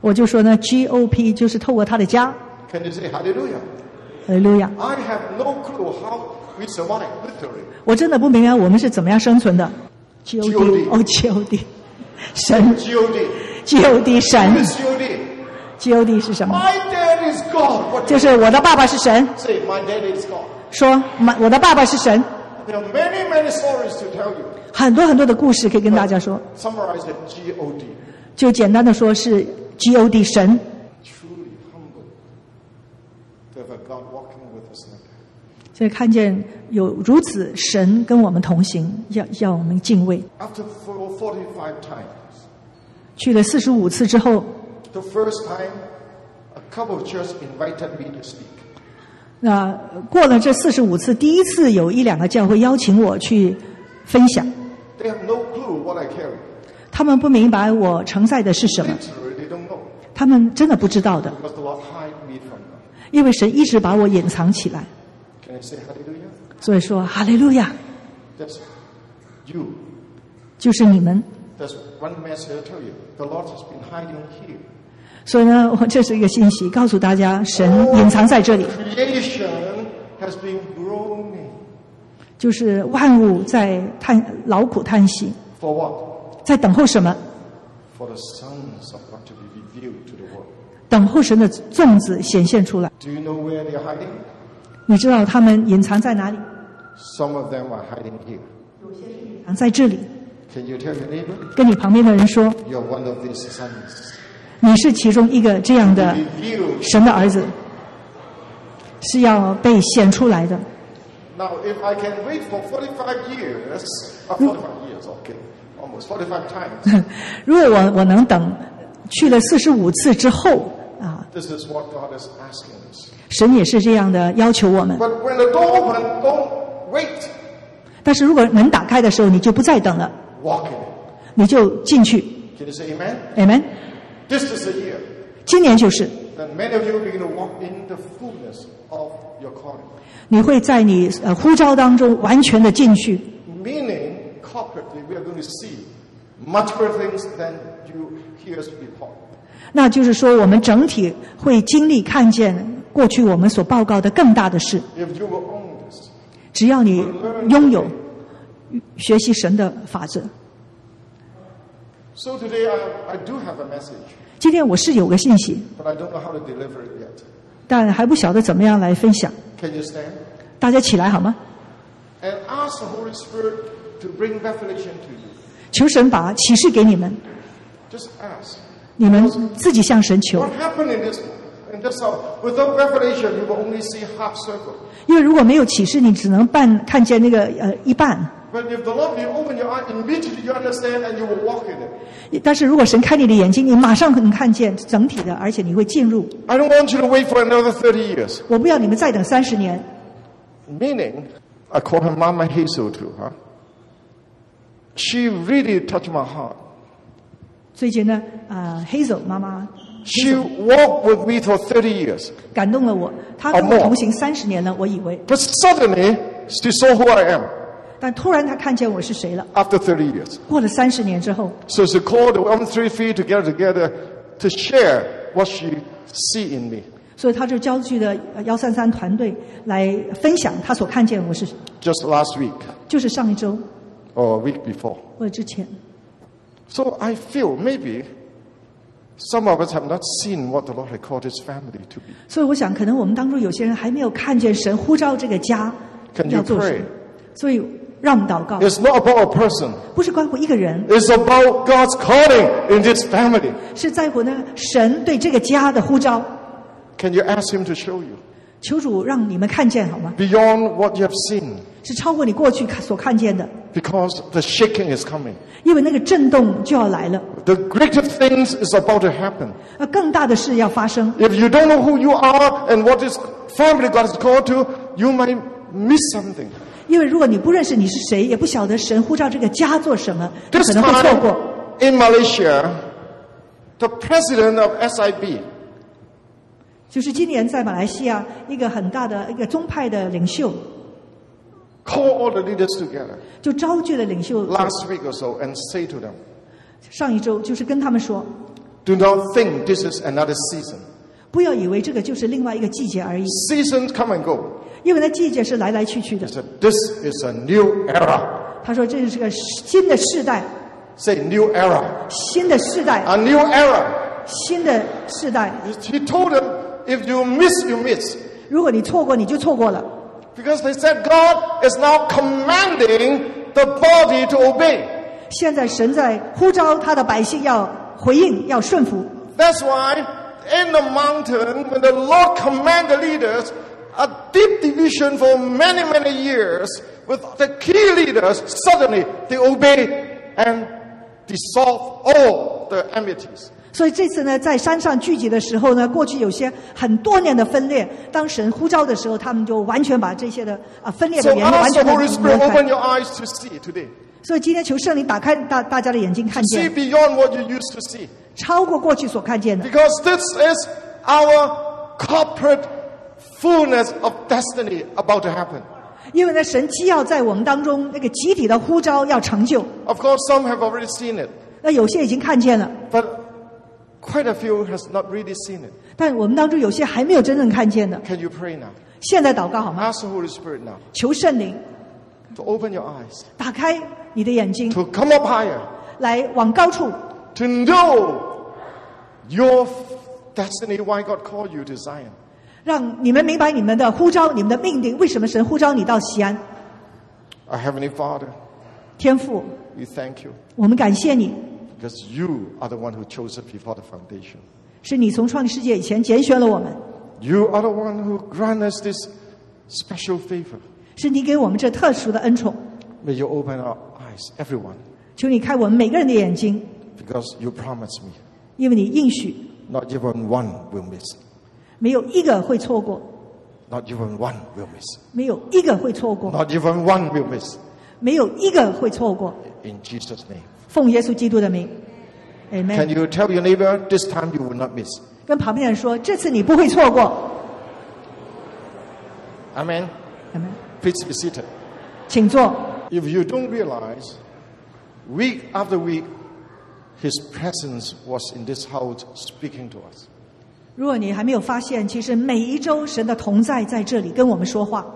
[SPEAKER 2] 我就说呢，GOP 就是透过他的家，
[SPEAKER 3] Can you say hallelujah?
[SPEAKER 2] 呃，路亚，
[SPEAKER 3] I have no clue how we survived, literally.
[SPEAKER 2] 我真的不明白我们是怎么样生存的。GOD
[SPEAKER 3] GOD
[SPEAKER 2] 哦，GOD，神
[SPEAKER 3] G-O-D.
[SPEAKER 2] ，GOD 神
[SPEAKER 3] Miss G-O-D.
[SPEAKER 2] ，GOD 是什么？
[SPEAKER 3] My dad is God. What do
[SPEAKER 2] 就是我的爸爸是神，
[SPEAKER 3] you say? My dad is God.
[SPEAKER 2] 说，妈我的爸爸是神。
[SPEAKER 3] There are many, many stories to tell you.
[SPEAKER 2] 很多很多的故事可以跟大家说，
[SPEAKER 3] Summarize it, G-O-D.
[SPEAKER 2] 就简单的说是 God 神，
[SPEAKER 3] Truly humble to have a God walking with us like that.
[SPEAKER 2] 所以看见有如此神跟我们同行，要要我们敬畏。
[SPEAKER 3] After 45 times,
[SPEAKER 2] 去了四十五次之后，
[SPEAKER 3] The first time, a couple of churches invited me to speak.
[SPEAKER 2] 那过了这四十五次，第一次有一两个教会邀请我去分享，
[SPEAKER 3] They have no clue what I carry.
[SPEAKER 2] 他们不明白我承载的是什么，
[SPEAKER 3] Literally, they don't know
[SPEAKER 2] 他们真的不知道的，
[SPEAKER 3] because the Lord hide me from them.
[SPEAKER 2] 因为神一直把我隐藏起来。
[SPEAKER 3] Can I say hallelujah?
[SPEAKER 2] 所以说，哈利路亚，
[SPEAKER 3] That's you.
[SPEAKER 2] 就是你们。
[SPEAKER 3] That's one message I tell you. The Lord has been hiding here.
[SPEAKER 2] 所以呢，我这是一个信息，告诉大家，神隐藏在这里，
[SPEAKER 3] Creation has been groaning
[SPEAKER 2] 就是万物在叹劳苦叹息，
[SPEAKER 3] for what?
[SPEAKER 2] 在等候什么？
[SPEAKER 3] For the sons of God to be revealed to the world.
[SPEAKER 2] 等候神的粽子显现出来。
[SPEAKER 3] Do you know where they are hiding?
[SPEAKER 2] 你知道他们隐藏在哪里？
[SPEAKER 3] Some of them are hiding here.
[SPEAKER 2] 隐藏在这里。
[SPEAKER 3] Can you tell your neighbor?
[SPEAKER 2] 跟你旁边的人说，
[SPEAKER 3] You're one of these sons.
[SPEAKER 2] 你是其中一个这样的
[SPEAKER 3] Revealed.
[SPEAKER 2] 神的儿子，是要被显出来的。
[SPEAKER 3] Now, if I can wait for 45 years, uh, 45 years, okay, almost 45 times,
[SPEAKER 2] 如果我我能等去了四十五次之后啊，
[SPEAKER 3] this is what God is asking us.
[SPEAKER 2] 神也是这样的要求我们。
[SPEAKER 3] But when the door opens, don't wait.
[SPEAKER 2] 但是如果门打开的时候，你就不再等了，
[SPEAKER 3] Walk in
[SPEAKER 2] 你就进去。
[SPEAKER 3] it. Can you say amen?
[SPEAKER 2] Amen。
[SPEAKER 3] This is the year
[SPEAKER 2] 今年就是，
[SPEAKER 3] that many of you begin to walk in the fullness of your calling,
[SPEAKER 2] 你会在你呃呼召当中完全的进去。
[SPEAKER 3] meaning corporately we are going to see much greater things than you hears before.
[SPEAKER 2] 那就是说，我们整体会经历看见过去我们所报告的更大的事。
[SPEAKER 3] If you will own this,
[SPEAKER 2] 只要你拥有学习神的法则。
[SPEAKER 3] So today I, I do have a message,
[SPEAKER 2] 今天我是有个信息，
[SPEAKER 3] but I don't know how to deliver it yet.
[SPEAKER 2] 但还不晓得怎么样来分享。
[SPEAKER 3] Can you stand?
[SPEAKER 2] 大家起来好吗？
[SPEAKER 3] And ask the Holy Spirit to bring revelation to you.
[SPEAKER 2] 求神把启示给你们，
[SPEAKER 3] Just ask.
[SPEAKER 2] 你们自己向神求
[SPEAKER 3] What。happened in this in this hour? Without revelation, you will only see half circle.
[SPEAKER 2] 因为如果没有启示，你只能半看见那个呃一半。
[SPEAKER 3] But if the Lord will open your eye, immediately you understand and you will walk in it.
[SPEAKER 2] 但是如果神开你的眼睛，你马上能看见整体的，而且你会进入。
[SPEAKER 3] I don't want you to wait for another 30 years.
[SPEAKER 2] 我不要你们再等三十年。
[SPEAKER 3] Meaning, I call her Mama Hazel too, huh? She really touched my heart.
[SPEAKER 2] 最近呢，啊、呃、，Hazel 妈妈
[SPEAKER 3] She walked with me for 30 years.
[SPEAKER 2] 感动了我，她跟我同行三十年了，我以为，
[SPEAKER 3] But suddenly, she saw who I am
[SPEAKER 2] 但突然她看见我是谁了。
[SPEAKER 3] after 30 years.
[SPEAKER 2] 过了三十年之后，
[SPEAKER 3] So she called the one three three to get together to share what she see in me.
[SPEAKER 2] 所以他就焦聚的呃幺三三团队来分享他所看见我是，
[SPEAKER 3] Just last week
[SPEAKER 2] 就是上一周
[SPEAKER 3] or week before.
[SPEAKER 2] 或者之前，
[SPEAKER 3] So I feel maybe some of us have not seen what the Lord had called His family to be.
[SPEAKER 2] 所以我想，可能我们当中有些人还没有看见神呼召这个家
[SPEAKER 3] Can you
[SPEAKER 2] 要做什
[SPEAKER 3] pray?
[SPEAKER 2] 么，所以让我们祷告，
[SPEAKER 3] It's not about a person.
[SPEAKER 2] 不是关乎一个人，
[SPEAKER 3] It's about God's calling in this family.
[SPEAKER 2] 是在乎呢神对这个家的呼召。
[SPEAKER 3] Can you ask Him to show you
[SPEAKER 2] 求主让你们看见好吗？
[SPEAKER 3] beyond what you have seen?
[SPEAKER 2] 是超过你过去看所看见的，
[SPEAKER 3] Because the shaking is coming.
[SPEAKER 2] 因为那个震动就要来了，
[SPEAKER 3] The greater things is about to happen.
[SPEAKER 2] 呃，更大的事要发生。
[SPEAKER 3] If you don't know who you are and what is family God has called to, you might miss something.
[SPEAKER 2] 因为如果你不认识你是谁，也不晓得神呼召这个家做什么，你
[SPEAKER 3] This
[SPEAKER 2] 可能会错过。
[SPEAKER 3] time in Malaysia, the president of SIB,
[SPEAKER 2] 就是今年在马来西亚一个很大的一个宗派的领袖，
[SPEAKER 3] called all the leaders together
[SPEAKER 2] 就招聚了领袖。
[SPEAKER 3] last week or so and say to them,
[SPEAKER 2] 上一周就是跟他们说，
[SPEAKER 3] do not think this is another season.
[SPEAKER 2] 不要以为这个就是另外一个季节而已，
[SPEAKER 3] Seasons come and go.
[SPEAKER 2] 因为那季节是来来去去的
[SPEAKER 3] He。said, this is a new era.
[SPEAKER 2] 他说这是个新的世代，
[SPEAKER 3] Say new era.
[SPEAKER 2] 新的世代，
[SPEAKER 3] A new era.
[SPEAKER 2] 新的世代。
[SPEAKER 3] He told them, if you miss, you miss.
[SPEAKER 2] 如果你错过，你就错过了，
[SPEAKER 3] Because they said God is now commanding the body to obey.
[SPEAKER 2] 现在神在呼召他的百姓要回应，要顺服。
[SPEAKER 3] That's why in the mountain, when the Lord command the leaders, a deep division for many, many years with the key leaders, suddenly they obey and dissolve all the enmities.
[SPEAKER 2] 所以这次呢，在山上聚集的时候呢，过去有些很多年的分裂，当神呼召的时候，他们就完全把这些的啊分裂的
[SPEAKER 3] So
[SPEAKER 2] 原因完
[SPEAKER 3] ask the
[SPEAKER 2] 全的
[SPEAKER 3] Holy
[SPEAKER 2] 挪
[SPEAKER 3] Spirit, open
[SPEAKER 2] 开。
[SPEAKER 3] your eyes to see today.
[SPEAKER 2] 所以今天求圣灵打开大大家的眼睛，看
[SPEAKER 3] See
[SPEAKER 2] 见
[SPEAKER 3] beyond what you used to see.
[SPEAKER 2] 超过过去所看见的，
[SPEAKER 3] Because this is our corporate fullness of destiny about to happen.
[SPEAKER 2] 因为呢，神既要在我们当中那个集体的呼召要成就，
[SPEAKER 3] Of course, some have already seen it,
[SPEAKER 2] 那有些已经看见了，
[SPEAKER 3] but Quite a few has not really seen it.
[SPEAKER 2] 但我们当中有些还没有真正看见的。
[SPEAKER 3] Can you pray now?
[SPEAKER 2] 现在祷告好吗？
[SPEAKER 3] Ask the Holy Spirit now
[SPEAKER 2] 求圣灵
[SPEAKER 3] to open your eyes,
[SPEAKER 2] 打开你的眼睛，
[SPEAKER 3] to come up higher,
[SPEAKER 2] 来往高处
[SPEAKER 3] to know your destiny, why God called you to Zion.
[SPEAKER 2] 让你们明白你们的呼召，你们的命定。为什么神呼召你到西安？
[SPEAKER 3] Our Heavenly Father,
[SPEAKER 2] 天父，
[SPEAKER 3] we thank you
[SPEAKER 2] 我们感谢你，
[SPEAKER 3] because you are the one who chose us before the foundation.
[SPEAKER 2] 是你从创立世界以前拣选了我们，
[SPEAKER 3] You are the one who grant us this special favor.
[SPEAKER 2] 是你给我们这特殊的恩宠。
[SPEAKER 3] May you open our eyes, everyone,
[SPEAKER 2] 求你开我们每个人的眼睛，
[SPEAKER 3] because you promised me
[SPEAKER 2] 因为你应许，
[SPEAKER 3] not even one will miss.
[SPEAKER 2] 没有一个会错过，
[SPEAKER 3] Not even one will miss.
[SPEAKER 2] 没有一个会错过，
[SPEAKER 3] Not even one will miss.
[SPEAKER 2] 没有一个会错过。
[SPEAKER 3] In Jesus' name.
[SPEAKER 2] 奉耶稣基督的名
[SPEAKER 3] Can
[SPEAKER 2] ，Amen。
[SPEAKER 3] you tell your neighbor this time you will not miss?
[SPEAKER 2] 跟旁边的人说，这次你不会错过。
[SPEAKER 3] Amen.
[SPEAKER 2] Amen。
[SPEAKER 3] Please be seated.
[SPEAKER 2] 请坐。
[SPEAKER 3] If you don't realize, week after week, His presence was in this house speaking to us.
[SPEAKER 2] 如果你还没有发现，其实每一周神的同在在这里跟我们说话。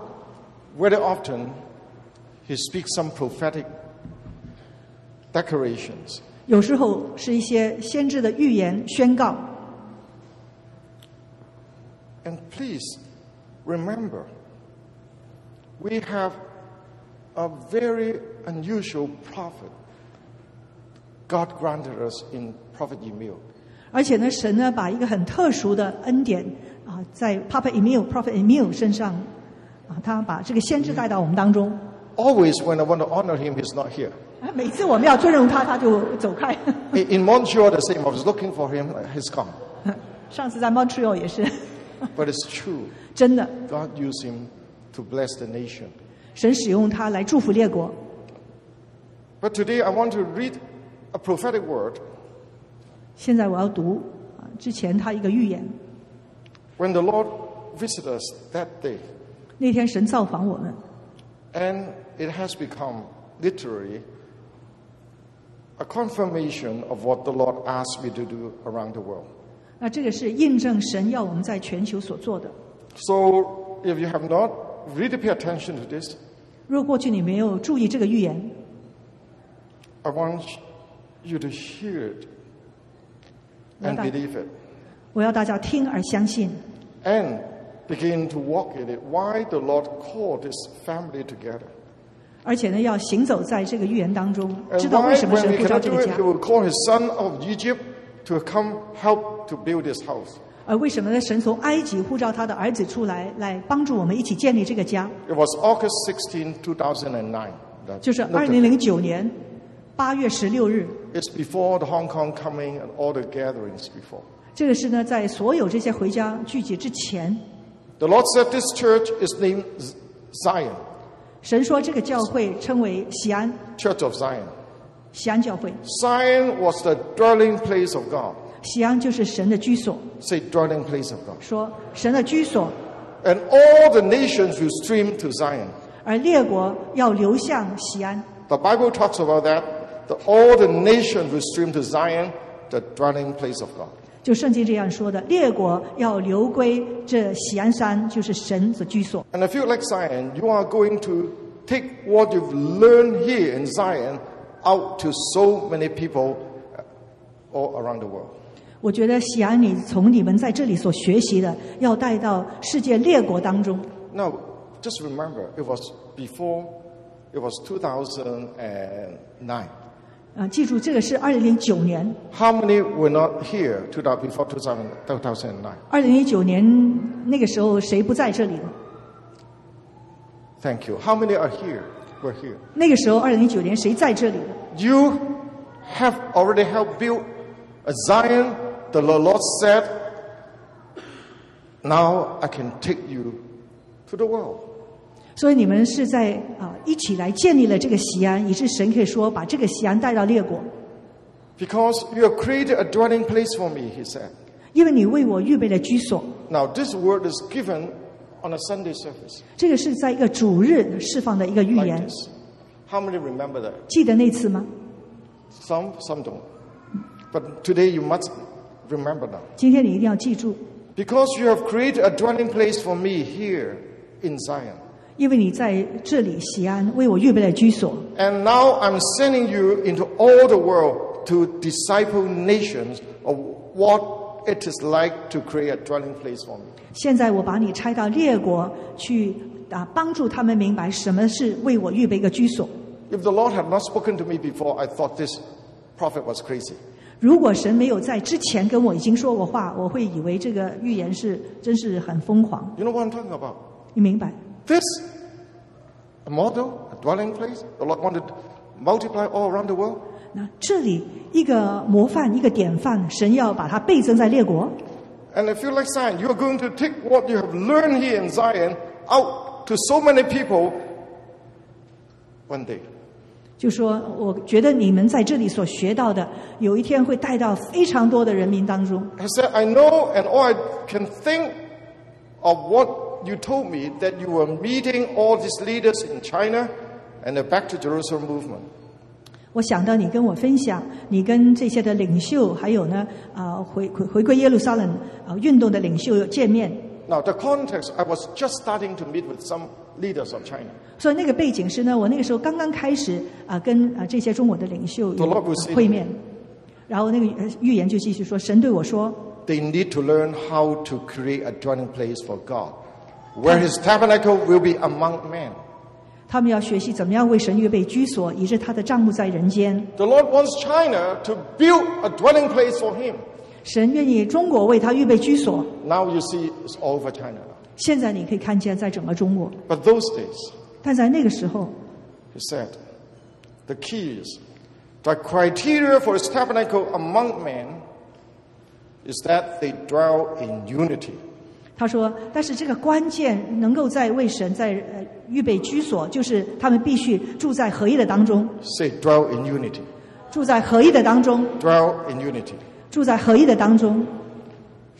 [SPEAKER 3] Very often, He speaks some prophetic declarations.
[SPEAKER 2] 有时候是一些先知的预言宣告，
[SPEAKER 3] And please remember, we have a very unusual prophet God granted us in Prophet Emil.
[SPEAKER 2] 而且呢，神呢把一个很特殊的恩典啊，在 Papa Emil、Prophet Emil 身上啊，他把这个先知带到我们当中。
[SPEAKER 3] Always when I want to honor him, he's not here.
[SPEAKER 2] 啊每次我们要尊荣他，他就走开。
[SPEAKER 3] In in Montreal, the same. I was looking for him, like, he's gone.
[SPEAKER 2] 上次在 Montreal 也是
[SPEAKER 3] But it's true.
[SPEAKER 2] 真的，
[SPEAKER 3] God used him to bless the nation.
[SPEAKER 2] 神使用他来祝福列国。
[SPEAKER 3] But today I want to read a prophetic word.
[SPEAKER 2] 现在我要读啊，之前他一个预言，
[SPEAKER 3] When the Lord visited us that day,
[SPEAKER 2] 那天神造访我们，
[SPEAKER 3] and it has become literally a confirmation of what the Lord asked me to do around the world.
[SPEAKER 2] 那这个是印证神要我们在全球所做的。
[SPEAKER 3] So if you have not really pay attention to this,
[SPEAKER 2] 若过去你没有注意这个预言，
[SPEAKER 3] I want you to hear it and
[SPEAKER 2] Bye-bye.
[SPEAKER 3] believe it.
[SPEAKER 2] 我要大家听而相信，
[SPEAKER 3] and begin to walk in it. Why the Lord called this family together.
[SPEAKER 2] 而且呢要行走在这个预言当中，知
[SPEAKER 3] And
[SPEAKER 2] 道
[SPEAKER 3] why,
[SPEAKER 2] 为什么
[SPEAKER 3] when
[SPEAKER 2] 神
[SPEAKER 3] we
[SPEAKER 2] 呼召
[SPEAKER 3] cannot
[SPEAKER 2] 这
[SPEAKER 3] do
[SPEAKER 2] 个
[SPEAKER 3] it,
[SPEAKER 2] 家
[SPEAKER 3] He，will call His son of Egypt to come help to build this house.
[SPEAKER 2] 而为什么呢？神从埃及呼召他的儿子出来，来帮助我们一起建立这个家，
[SPEAKER 3] It was August 16, 2009. that-
[SPEAKER 2] 就是
[SPEAKER 3] look
[SPEAKER 2] 二
[SPEAKER 3] at
[SPEAKER 2] 零
[SPEAKER 3] it.
[SPEAKER 2] 零九年八月十六日。
[SPEAKER 3] It's before the Hong Kong coming and all the gatherings before.
[SPEAKER 2] 这个是呢，在所有这些回家聚集之前，
[SPEAKER 3] The Lord said this church is named Z- Zion,
[SPEAKER 2] 神说这个教会称为西安，
[SPEAKER 3] Church of Zion.
[SPEAKER 2] 西安教会，
[SPEAKER 3] Zion was the dwelling place of God.
[SPEAKER 2] 西安就是神的居所。
[SPEAKER 3] Say dwelling place of God.
[SPEAKER 2] 说神的居所，
[SPEAKER 3] And all the nations will stream to Zion.
[SPEAKER 2] 而列国要流向西安。
[SPEAKER 3] The Bible talks about that. that all the nations will stream to Zion, the dwelling place of God.
[SPEAKER 2] 就圣经这样说的，列国要流归这喜安山，就是神的居所。
[SPEAKER 3] And if you like Zion, you are going to take what you've learned here in Zion out to so many people uh, all around the world.
[SPEAKER 2] 我觉得喜安，你从你们在这里所学习的，要带到世界列国当中。
[SPEAKER 3] Now, just remember, it was before, it was 2009.
[SPEAKER 2] 啊，记住这个是二零零九年，
[SPEAKER 3] How many were not here to that before 2000 2009?
[SPEAKER 2] 二零零九年那个时候谁不在这里呢？
[SPEAKER 3] Thank you. How many are here? We're here.
[SPEAKER 2] 那个时候二零零九年谁在这里呢？
[SPEAKER 3] You have already helped build a Zion. The Lord said, Now I can take you to the world.
[SPEAKER 2] 所以你们是在啊一起来建立了这个西安，以致神可以说把这个西安带到列国，
[SPEAKER 3] Because you have created a dwelling place for me, he said.
[SPEAKER 2] 因为你为我预备了居所。
[SPEAKER 3] Now, this word is given on a Sunday service
[SPEAKER 2] 这个是在一个主日释放的一个预
[SPEAKER 3] like
[SPEAKER 2] 言，
[SPEAKER 3] this. How many remember that?
[SPEAKER 2] 记得那次吗？
[SPEAKER 3] Some, some don't. But today you must Remember now.
[SPEAKER 2] 今天你一定要记住，
[SPEAKER 3] Because you have created a dwelling place for me here in Zion.
[SPEAKER 2] 因为你在这里西安为我预备了居所。
[SPEAKER 3] And now I'm sending you into all the world to disciple nations of what it is like to create a dwelling place for me.
[SPEAKER 2] 现在我把你拆到列国去啊，帮助他们明白什么是为我预备一个居所。
[SPEAKER 3] If the Lord had not spoken to me before, I thought this prophet was crazy.
[SPEAKER 2] 如果神没有在之前跟我已经说过话，我会以为这个预言是真是很疯狂。
[SPEAKER 3] You know what I'm talking about?
[SPEAKER 2] 你明白？
[SPEAKER 3] This a model, a dwelling place, the Lord wanted to multiply all around the world.
[SPEAKER 2] 那这里一个模范，一个典范，神要把它倍增在列国。
[SPEAKER 3] And if you like Zion, you're going to take what you have learned here in Zion out to so many people one day.
[SPEAKER 2] 就说我觉得你们在这里所学到的，有一天会带到非常多的人民当中。
[SPEAKER 3] I said, I know and all I can think of what you told me that you were meeting all these leaders in China and the Back to Jerusalem movement.
[SPEAKER 2] 我想到你跟我分享，你跟这些的领袖，还有呢，啊、回回回归耶路撒冷啊、运动的领袖见面，
[SPEAKER 3] Now, the context, I was just starting to meet with some leaders of China.
[SPEAKER 2] 所以那个背景是呢，我那个时候刚刚开始啊、跟啊、这些中国的领袖有
[SPEAKER 3] The Lord will say
[SPEAKER 2] 会面，然后那个呃预言就继续说，神对我说，
[SPEAKER 3] They need to learn how to create a dwelling place for God, where His tabernacle will be among men.
[SPEAKER 2] 他们要学习怎么样为神预备居所，以致他的帐幕在人间。
[SPEAKER 3] The Lord wants China to build a dwelling place for Him.
[SPEAKER 2] 神愿意中国为他预备居所。
[SPEAKER 3] Now you see, it's all over China. now.
[SPEAKER 2] 现在你可以看见，在整个中国，
[SPEAKER 3] But those days,
[SPEAKER 2] 但在那个时候，
[SPEAKER 3] He said, the keys, the criteria for his tabernacle among men is that they dwell in unity.
[SPEAKER 2] 他说：“但是这个关键能够在为神在呃预备居所，就是他们必须住在合一的当中，
[SPEAKER 3] Say, dwell in unity.
[SPEAKER 2] 住在合一的当中，
[SPEAKER 3] Dwell in unity.
[SPEAKER 2] 住在合一的当中。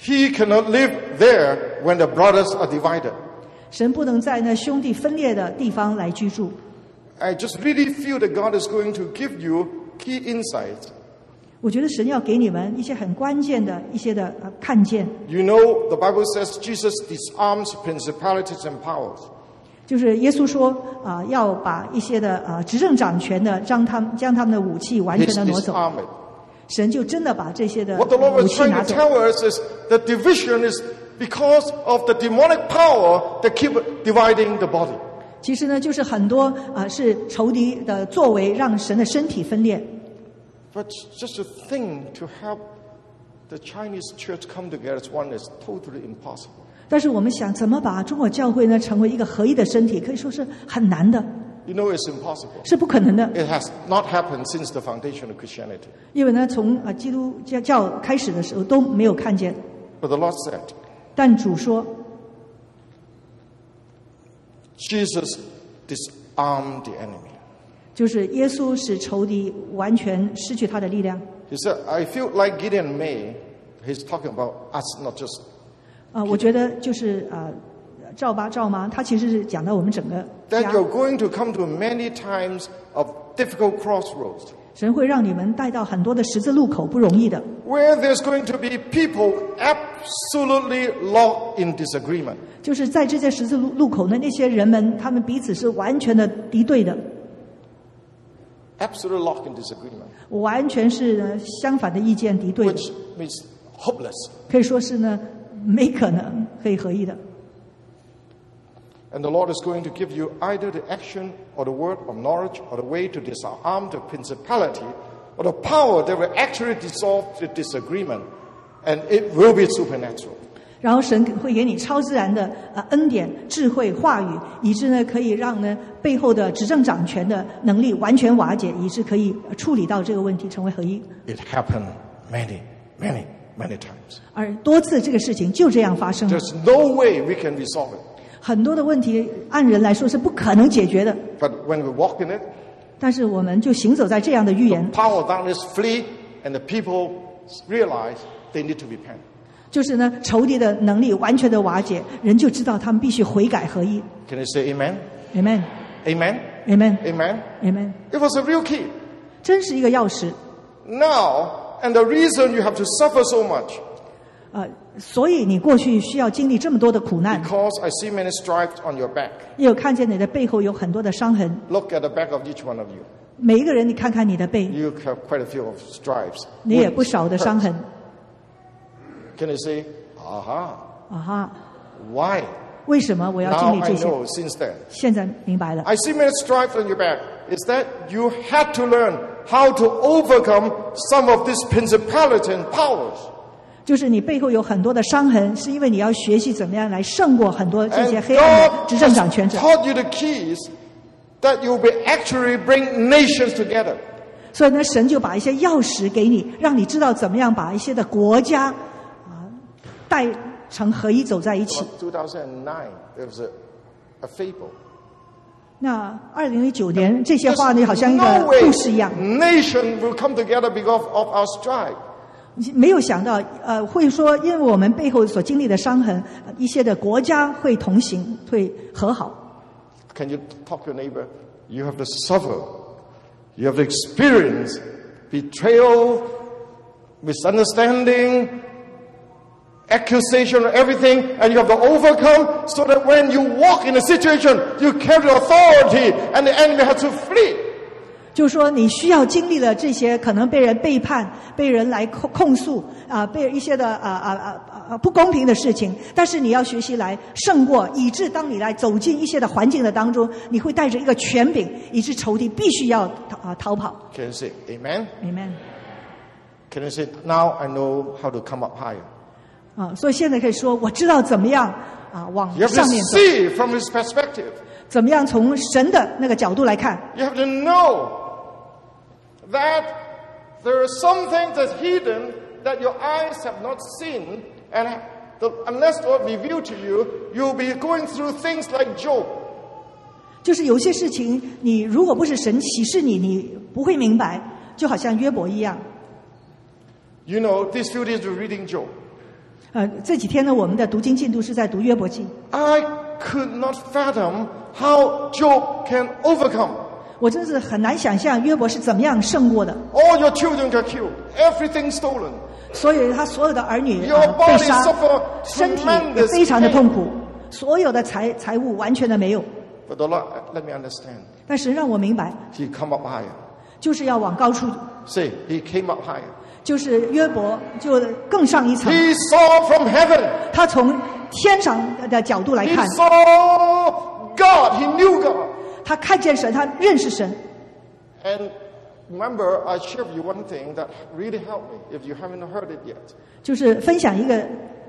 [SPEAKER 3] He cannot live there when the brothers are divided.
[SPEAKER 2] 神不能在那兄弟分裂的地方来居住。
[SPEAKER 3] I just really feel that God is going to give you key insights.
[SPEAKER 2] 我觉得神要给你们一些很关键的一些的呃看见，
[SPEAKER 3] You know, the Bible says Jesus disarms principalities and powers.
[SPEAKER 2] 就是耶稣说啊、呃要把一些的呃执政掌权的，让他们将他们的武器完
[SPEAKER 3] He
[SPEAKER 2] 全的挪走。
[SPEAKER 3] disarmed it.
[SPEAKER 2] 神就真的把这些的
[SPEAKER 3] What the Lord
[SPEAKER 2] 武
[SPEAKER 3] was
[SPEAKER 2] 器
[SPEAKER 3] trying
[SPEAKER 2] 拿
[SPEAKER 3] to
[SPEAKER 2] 走。”
[SPEAKER 3] tell us is the division is because of the demonic power that keep dividing the body.
[SPEAKER 2] 其实呢，就是很多啊、呃是仇敌的作为，让神的身体分裂。
[SPEAKER 3] But just a thing to help the Chinese church come together as one is totally impossible.
[SPEAKER 2] 但是我们想，怎么把中国教会呢成为一个合一的身体，可以说是很难的，
[SPEAKER 3] You know it's impossible.
[SPEAKER 2] 是不可能的。
[SPEAKER 3] It has not happened since the foundation of Christianity.
[SPEAKER 2] 因为呢，从啊基督教教开始的时候都没有看见，
[SPEAKER 3] But the Lord said,
[SPEAKER 2] 但主说，
[SPEAKER 3] Jesus disarmed the enemy.
[SPEAKER 2] 就是耶稣使仇敌完全失去他的力量。
[SPEAKER 3] He said, I feel like Gideon May, he's talking about us, not just
[SPEAKER 2] 啊、我觉得就是啊、赵爸赵妈，他其实是讲到我们整个
[SPEAKER 3] that
[SPEAKER 2] 家，
[SPEAKER 3] you're going to come to many times of difficult crossroads.
[SPEAKER 2] 神会让你们带到很多的十字路口，不容易的。
[SPEAKER 3] where there's going to be people absolutely locked in disagreement.
[SPEAKER 2] 就是在这些十字路路口呢，那些人们他们彼此是完全的敌对的，
[SPEAKER 3] Absolutely locked in disagreement,
[SPEAKER 2] 完全是呃相反的意见敌对的
[SPEAKER 3] which，means hopeless.
[SPEAKER 2] 可以说是呢没可能可以合一的。
[SPEAKER 3] And the Lord is going to give you either the action or the word of knowledge or the way to disarm the principality or the power that will actually dissolve the disagreement. And it will be supernatural.
[SPEAKER 2] 然后神会给你超自然的呃恩典、智慧、话语，以致呢可以让呢背后的执政掌权的能力完全瓦解，以致可以呃处理到这个问题，成为合一。
[SPEAKER 3] It happened many, many, many times.
[SPEAKER 2] 而多次这个事情就这样发生了，
[SPEAKER 3] There's no way we can resolve it.
[SPEAKER 2] 很多的问题按人来说是不可能解决的，
[SPEAKER 3] But when we walk in it,
[SPEAKER 2] 但是我们就行走在这样的预言
[SPEAKER 3] power of darkness flee and the people realize they need to repent.
[SPEAKER 2] 就是呢，仇敌的能力完全的瓦解，人就知道他们必须悔改合一。
[SPEAKER 3] Can you say amen?
[SPEAKER 2] Amen,
[SPEAKER 3] Amen?
[SPEAKER 2] Amen,
[SPEAKER 3] Amen?
[SPEAKER 2] Amen，
[SPEAKER 3] It was a real key.
[SPEAKER 2] 真是一个钥匙。
[SPEAKER 3] Now, and the reason you have to suffer so much.
[SPEAKER 2] 呃，所以你过去需要经历这么多的苦难，
[SPEAKER 3] Because I see many stripes on your back.
[SPEAKER 2] 也有看见你的背后有很多的伤痕。
[SPEAKER 3] Look at the back of each one of you.
[SPEAKER 2] 每一个人，你看看你的背，
[SPEAKER 3] You have quite a few of stripes.
[SPEAKER 2] 你也不
[SPEAKER 3] Wounds,
[SPEAKER 2] 少的
[SPEAKER 3] hurts.
[SPEAKER 2] 伤痕
[SPEAKER 3] Can you say, aha,
[SPEAKER 2] 啊哈！
[SPEAKER 3] why?
[SPEAKER 2] 为什么我要经
[SPEAKER 3] Now
[SPEAKER 2] 历
[SPEAKER 3] I
[SPEAKER 2] 这些？
[SPEAKER 3] know since then.
[SPEAKER 2] 现在明白了，
[SPEAKER 3] I see many stripes on your back. Is that you had to learn how to overcome some of these principality and powers.
[SPEAKER 2] 就是你背后有很多的伤痕，是因为你要学习怎么样来胜过很多这些
[SPEAKER 3] And
[SPEAKER 2] 黑暗的
[SPEAKER 3] God
[SPEAKER 2] 执政掌权
[SPEAKER 3] has
[SPEAKER 2] 者。
[SPEAKER 3] taught you the keys that you will actually bring nations together.
[SPEAKER 2] 所以呢，神就把一些钥匙给你，让你知道怎么样把一些的国家啊带成合一走在一起。
[SPEAKER 3] About 2009, there was a, a fable.
[SPEAKER 2] 那二零一九年这些
[SPEAKER 3] There's
[SPEAKER 2] 话呢，好像一
[SPEAKER 3] no
[SPEAKER 2] 个
[SPEAKER 3] way
[SPEAKER 2] 故事一样，
[SPEAKER 3] nation will come together because of our strife.
[SPEAKER 2] 没有想到呃会说，因为我们背后所经历的伤痕，呃一些的国家会同行，会和好。
[SPEAKER 3] Can you talk to your neighbor? You have to suffer. You have to experience betrayal, misunderstanding, accusation, everything, and you have to overcome so that when you walk in a situation, you carry authority and the enemy has to flee.
[SPEAKER 2] 就是说，你需要经历了这些，可能被人背叛、被人来控控诉啊、被一些的啊啊啊啊啊不公平的事情，但是你要学习来胜过，以致当你来走进一些的环境的当中，你会带着一个权柄，以致仇敌必须要逃啊逃跑。
[SPEAKER 3] Can you say amen?
[SPEAKER 2] Amen。
[SPEAKER 3] Can you say, now I know how to come up higher?
[SPEAKER 2] 啊，所以现在可以说，我知道怎么样啊往
[SPEAKER 3] You have
[SPEAKER 2] 上
[SPEAKER 3] to
[SPEAKER 2] 面走，
[SPEAKER 3] see from his perspective.
[SPEAKER 2] 怎么样从神的那个角度来看。
[SPEAKER 3] You have to know that there is something that's hidden that your eyes have not seen, and the, unless the Lord revealed to you, you'll be going through things like Job.
[SPEAKER 2] 就是有些事情，你如果不是神启示你，你不会明白，就好像约伯一样。
[SPEAKER 3] You know, these few days we're reading Job.
[SPEAKER 2] 呃，这几天呢，我们的读经进度是在读约伯记，
[SPEAKER 3] I could not fathom how Job can overcome.
[SPEAKER 2] 我真是很难想象约伯是怎么样胜过的。
[SPEAKER 3] All your children got killed, everything stolen.
[SPEAKER 2] 所有他所有的儿女、
[SPEAKER 3] Your
[SPEAKER 2] 呃、被
[SPEAKER 3] body
[SPEAKER 2] 杀
[SPEAKER 3] suffer，
[SPEAKER 2] 身体也非常的
[SPEAKER 3] tremendous pain
[SPEAKER 2] 痛苦，所有的财财物完全的没有。
[SPEAKER 3] But the Lord, uh, let me understand.
[SPEAKER 2] 但神让我明白，
[SPEAKER 3] He come up higher.
[SPEAKER 2] 就是要往高处，
[SPEAKER 3] Say, he came up higher.
[SPEAKER 2] 就是约伯就更上一层。
[SPEAKER 3] He saw from heaven.
[SPEAKER 2] 他从天上的角度来
[SPEAKER 3] He
[SPEAKER 2] 看，
[SPEAKER 3] saw God. He knew God.
[SPEAKER 2] 他看见神，他认识神。
[SPEAKER 3] And remember, I shared with you one thing that really helped me if you haven't heard it yet.
[SPEAKER 2] 就是分享一个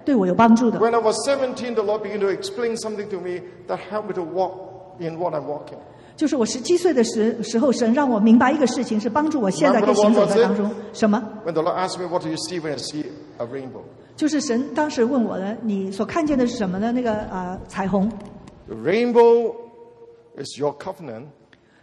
[SPEAKER 2] 对我有帮助的。
[SPEAKER 3] When I was 17, the Lord began to explain something to me that helped me to walk in what I'm walking.
[SPEAKER 2] 就是我十七岁的时时候，神让我明白一个事情，是帮助我现在跟行走在当中。什么？
[SPEAKER 3] When the Lord asked me, What do you see when you see a rainbow?
[SPEAKER 2] 就是神当时问我呢，你所看见的是什么呢？那个啊、呃彩虹。
[SPEAKER 3] The rainbow is your covenant,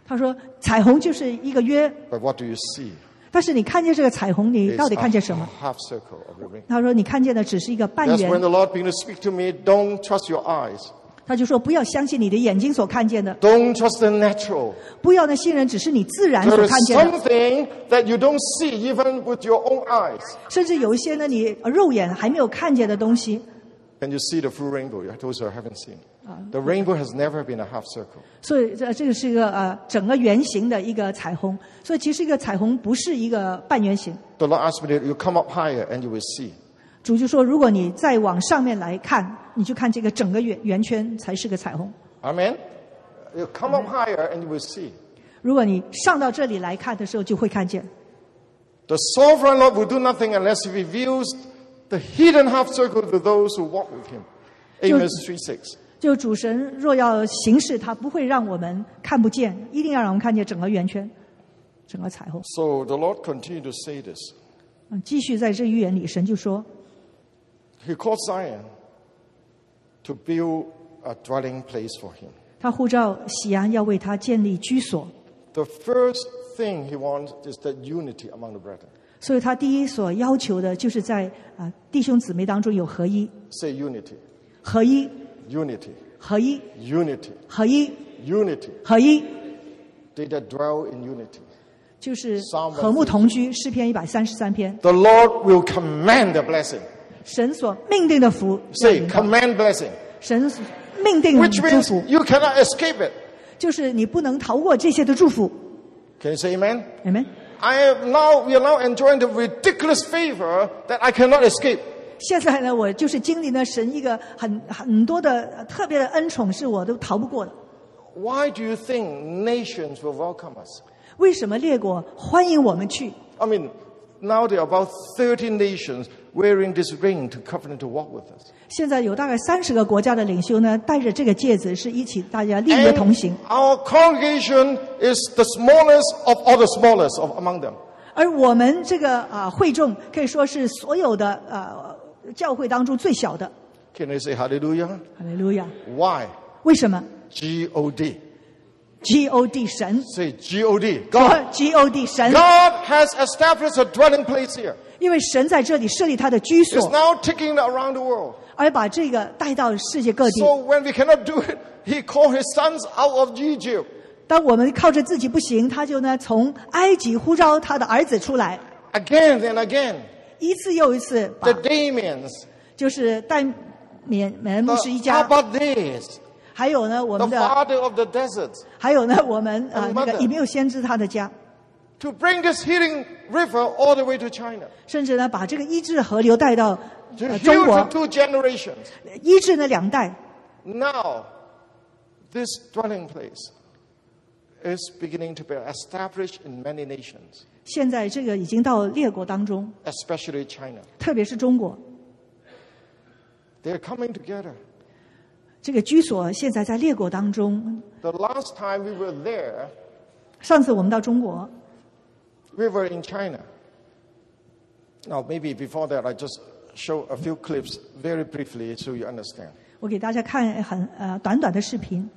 [SPEAKER 2] 他说彩虹就是一个约，
[SPEAKER 3] but what do you see?
[SPEAKER 2] 但是你看见这个彩虹，你
[SPEAKER 3] It's
[SPEAKER 2] 到底看见什
[SPEAKER 3] a
[SPEAKER 2] 么？
[SPEAKER 3] half circle of the rainbow.
[SPEAKER 2] 他说你看见的只是一个半
[SPEAKER 3] That's
[SPEAKER 2] 圆
[SPEAKER 3] when。the Lord began to speak to me. Don't trust your eyes.
[SPEAKER 2] 他就说不要相信你的眼睛所看见的，
[SPEAKER 3] Don't trust the natural.
[SPEAKER 2] 不要那信任只是你自然所
[SPEAKER 3] There
[SPEAKER 2] 看
[SPEAKER 3] is
[SPEAKER 2] 见的，
[SPEAKER 3] something that you don't see even with your own eyes.
[SPEAKER 2] 甚至有一些呢你肉眼还没有看见的东西。
[SPEAKER 3] And you see the full rainbow. You Those who haven't seen. The rainbow has never been a half circle.
[SPEAKER 2] 所以这这个是一个呃整个圆形的一个彩虹，所以其实一个彩虹不是一个半圆形。
[SPEAKER 3] The Lord asked me, to, you come up higher and you will see.
[SPEAKER 2] 主就说，如果你再往上面来看，你就看这个整个圆圆圈才是个彩虹。
[SPEAKER 3] Amen? You come up higher and you will see.
[SPEAKER 2] 如果你上到这里来看的时候，就会看见。
[SPEAKER 3] The sovereign Lord will do nothing unless he reveals the hidden half circle to those who walk with him. Amos 3 6.
[SPEAKER 2] 就主神若要行事，他不会让我们看不见，一定要让我们看见整个圆圈，整个彩虹。
[SPEAKER 3] So the Lord continued to say this.
[SPEAKER 2] 嗯，继续在这预言里，神就说，
[SPEAKER 3] He called Zion to build a dwelling place for him.
[SPEAKER 2] 他呼召喜安要为他建立居所，
[SPEAKER 3] The first thing he wants is that unity among the brethren.
[SPEAKER 2] 所以他第一所要求的就是在啊、弟兄姊妹当中有合一。
[SPEAKER 3] Say unity,
[SPEAKER 2] 合一，
[SPEAKER 3] unity,
[SPEAKER 2] 合一，
[SPEAKER 3] unity,
[SPEAKER 2] 合一，
[SPEAKER 3] unity.
[SPEAKER 2] 合一。
[SPEAKER 3] They that dwell in unity.
[SPEAKER 2] 就是
[SPEAKER 3] 133
[SPEAKER 2] 和睦同居，诗篇一百三十三篇，
[SPEAKER 3] The Lord will command the blessing.
[SPEAKER 2] 神所命定的福，
[SPEAKER 3] Say, command blessing.
[SPEAKER 2] 神所命定的
[SPEAKER 3] Which
[SPEAKER 2] 祝
[SPEAKER 3] means
[SPEAKER 2] 福，
[SPEAKER 3] you cannot escape it.
[SPEAKER 2] 就是你不能逃过这些的祝福。
[SPEAKER 3] Can you say amen?
[SPEAKER 2] 你们
[SPEAKER 3] I have now, we are now enjoying the ridiculous favor that I cannot escape.
[SPEAKER 2] 现在呢，我就是经历呢神一个很很多的呃特别的恩宠，是我都逃不过的。
[SPEAKER 3] Why do you think nations will welcome us?
[SPEAKER 2] 为什么列国欢迎我们去？
[SPEAKER 3] I mean, now there are about 30 nations wearing this ring to covenant to walk with us.
[SPEAKER 2] 现在有大概三十个国家的领袖呢，带着这个戒指是一起大家立约同行
[SPEAKER 3] And，our congregation is the smallest of all the smallest of among them.
[SPEAKER 2] 而我们这个啊、会众可以说是所有的啊、教会当中最小的。
[SPEAKER 3] Can you say hallelujah?
[SPEAKER 2] 哈利路亚！
[SPEAKER 3] Why?
[SPEAKER 2] 为什么
[SPEAKER 3] G-O-D.
[SPEAKER 2] ？G O D 神哦
[SPEAKER 3] Say G-O-D. God.
[SPEAKER 2] G O D 神，
[SPEAKER 3] God has established a dwelling place here.
[SPEAKER 2] 因为神在这里设立他的居
[SPEAKER 3] It's
[SPEAKER 2] 所，
[SPEAKER 3] now taking around the world.
[SPEAKER 2] 而把这个带到世界各地。
[SPEAKER 3] So when we cannot do it, he called his sons out of Egypt.
[SPEAKER 2] 当我们靠着自己不行，他就呢从埃及呼召他的儿子出来，
[SPEAKER 3] Again and again.
[SPEAKER 2] 一次又一次
[SPEAKER 3] The
[SPEAKER 2] 把
[SPEAKER 3] Damians,
[SPEAKER 2] 就是带缅缅牧师一
[SPEAKER 3] the
[SPEAKER 2] 家，
[SPEAKER 3] Abades,
[SPEAKER 2] 还有呢我
[SPEAKER 3] the
[SPEAKER 2] 们的，
[SPEAKER 3] father of the deserts, 还
[SPEAKER 2] 还有呢我们啊、
[SPEAKER 3] And
[SPEAKER 2] 那
[SPEAKER 3] mother.
[SPEAKER 2] 个以没有先知他的家，
[SPEAKER 3] to bring this healing river all the way to China.
[SPEAKER 2] 甚至呢把这个医治河流带到、
[SPEAKER 3] To
[SPEAKER 2] 呃、
[SPEAKER 3] heal
[SPEAKER 2] 中
[SPEAKER 3] to
[SPEAKER 2] 国，
[SPEAKER 3] two generations.
[SPEAKER 2] 医治呢两代，
[SPEAKER 3] Now, this dwelling place is beginning to be established in many nations,
[SPEAKER 2] 现在这个已经到列国当中，
[SPEAKER 3] especially China.
[SPEAKER 2] 特别是中国。
[SPEAKER 3] They're coming together.
[SPEAKER 2] 这个居所现在在列国当中。
[SPEAKER 3] The last time we were there,
[SPEAKER 2] 上次我们到中国，
[SPEAKER 3] we were in China. Now, maybe before that, I just show a few clips very briefly so you understand.
[SPEAKER 2] 我给大家看很呃短短的视频，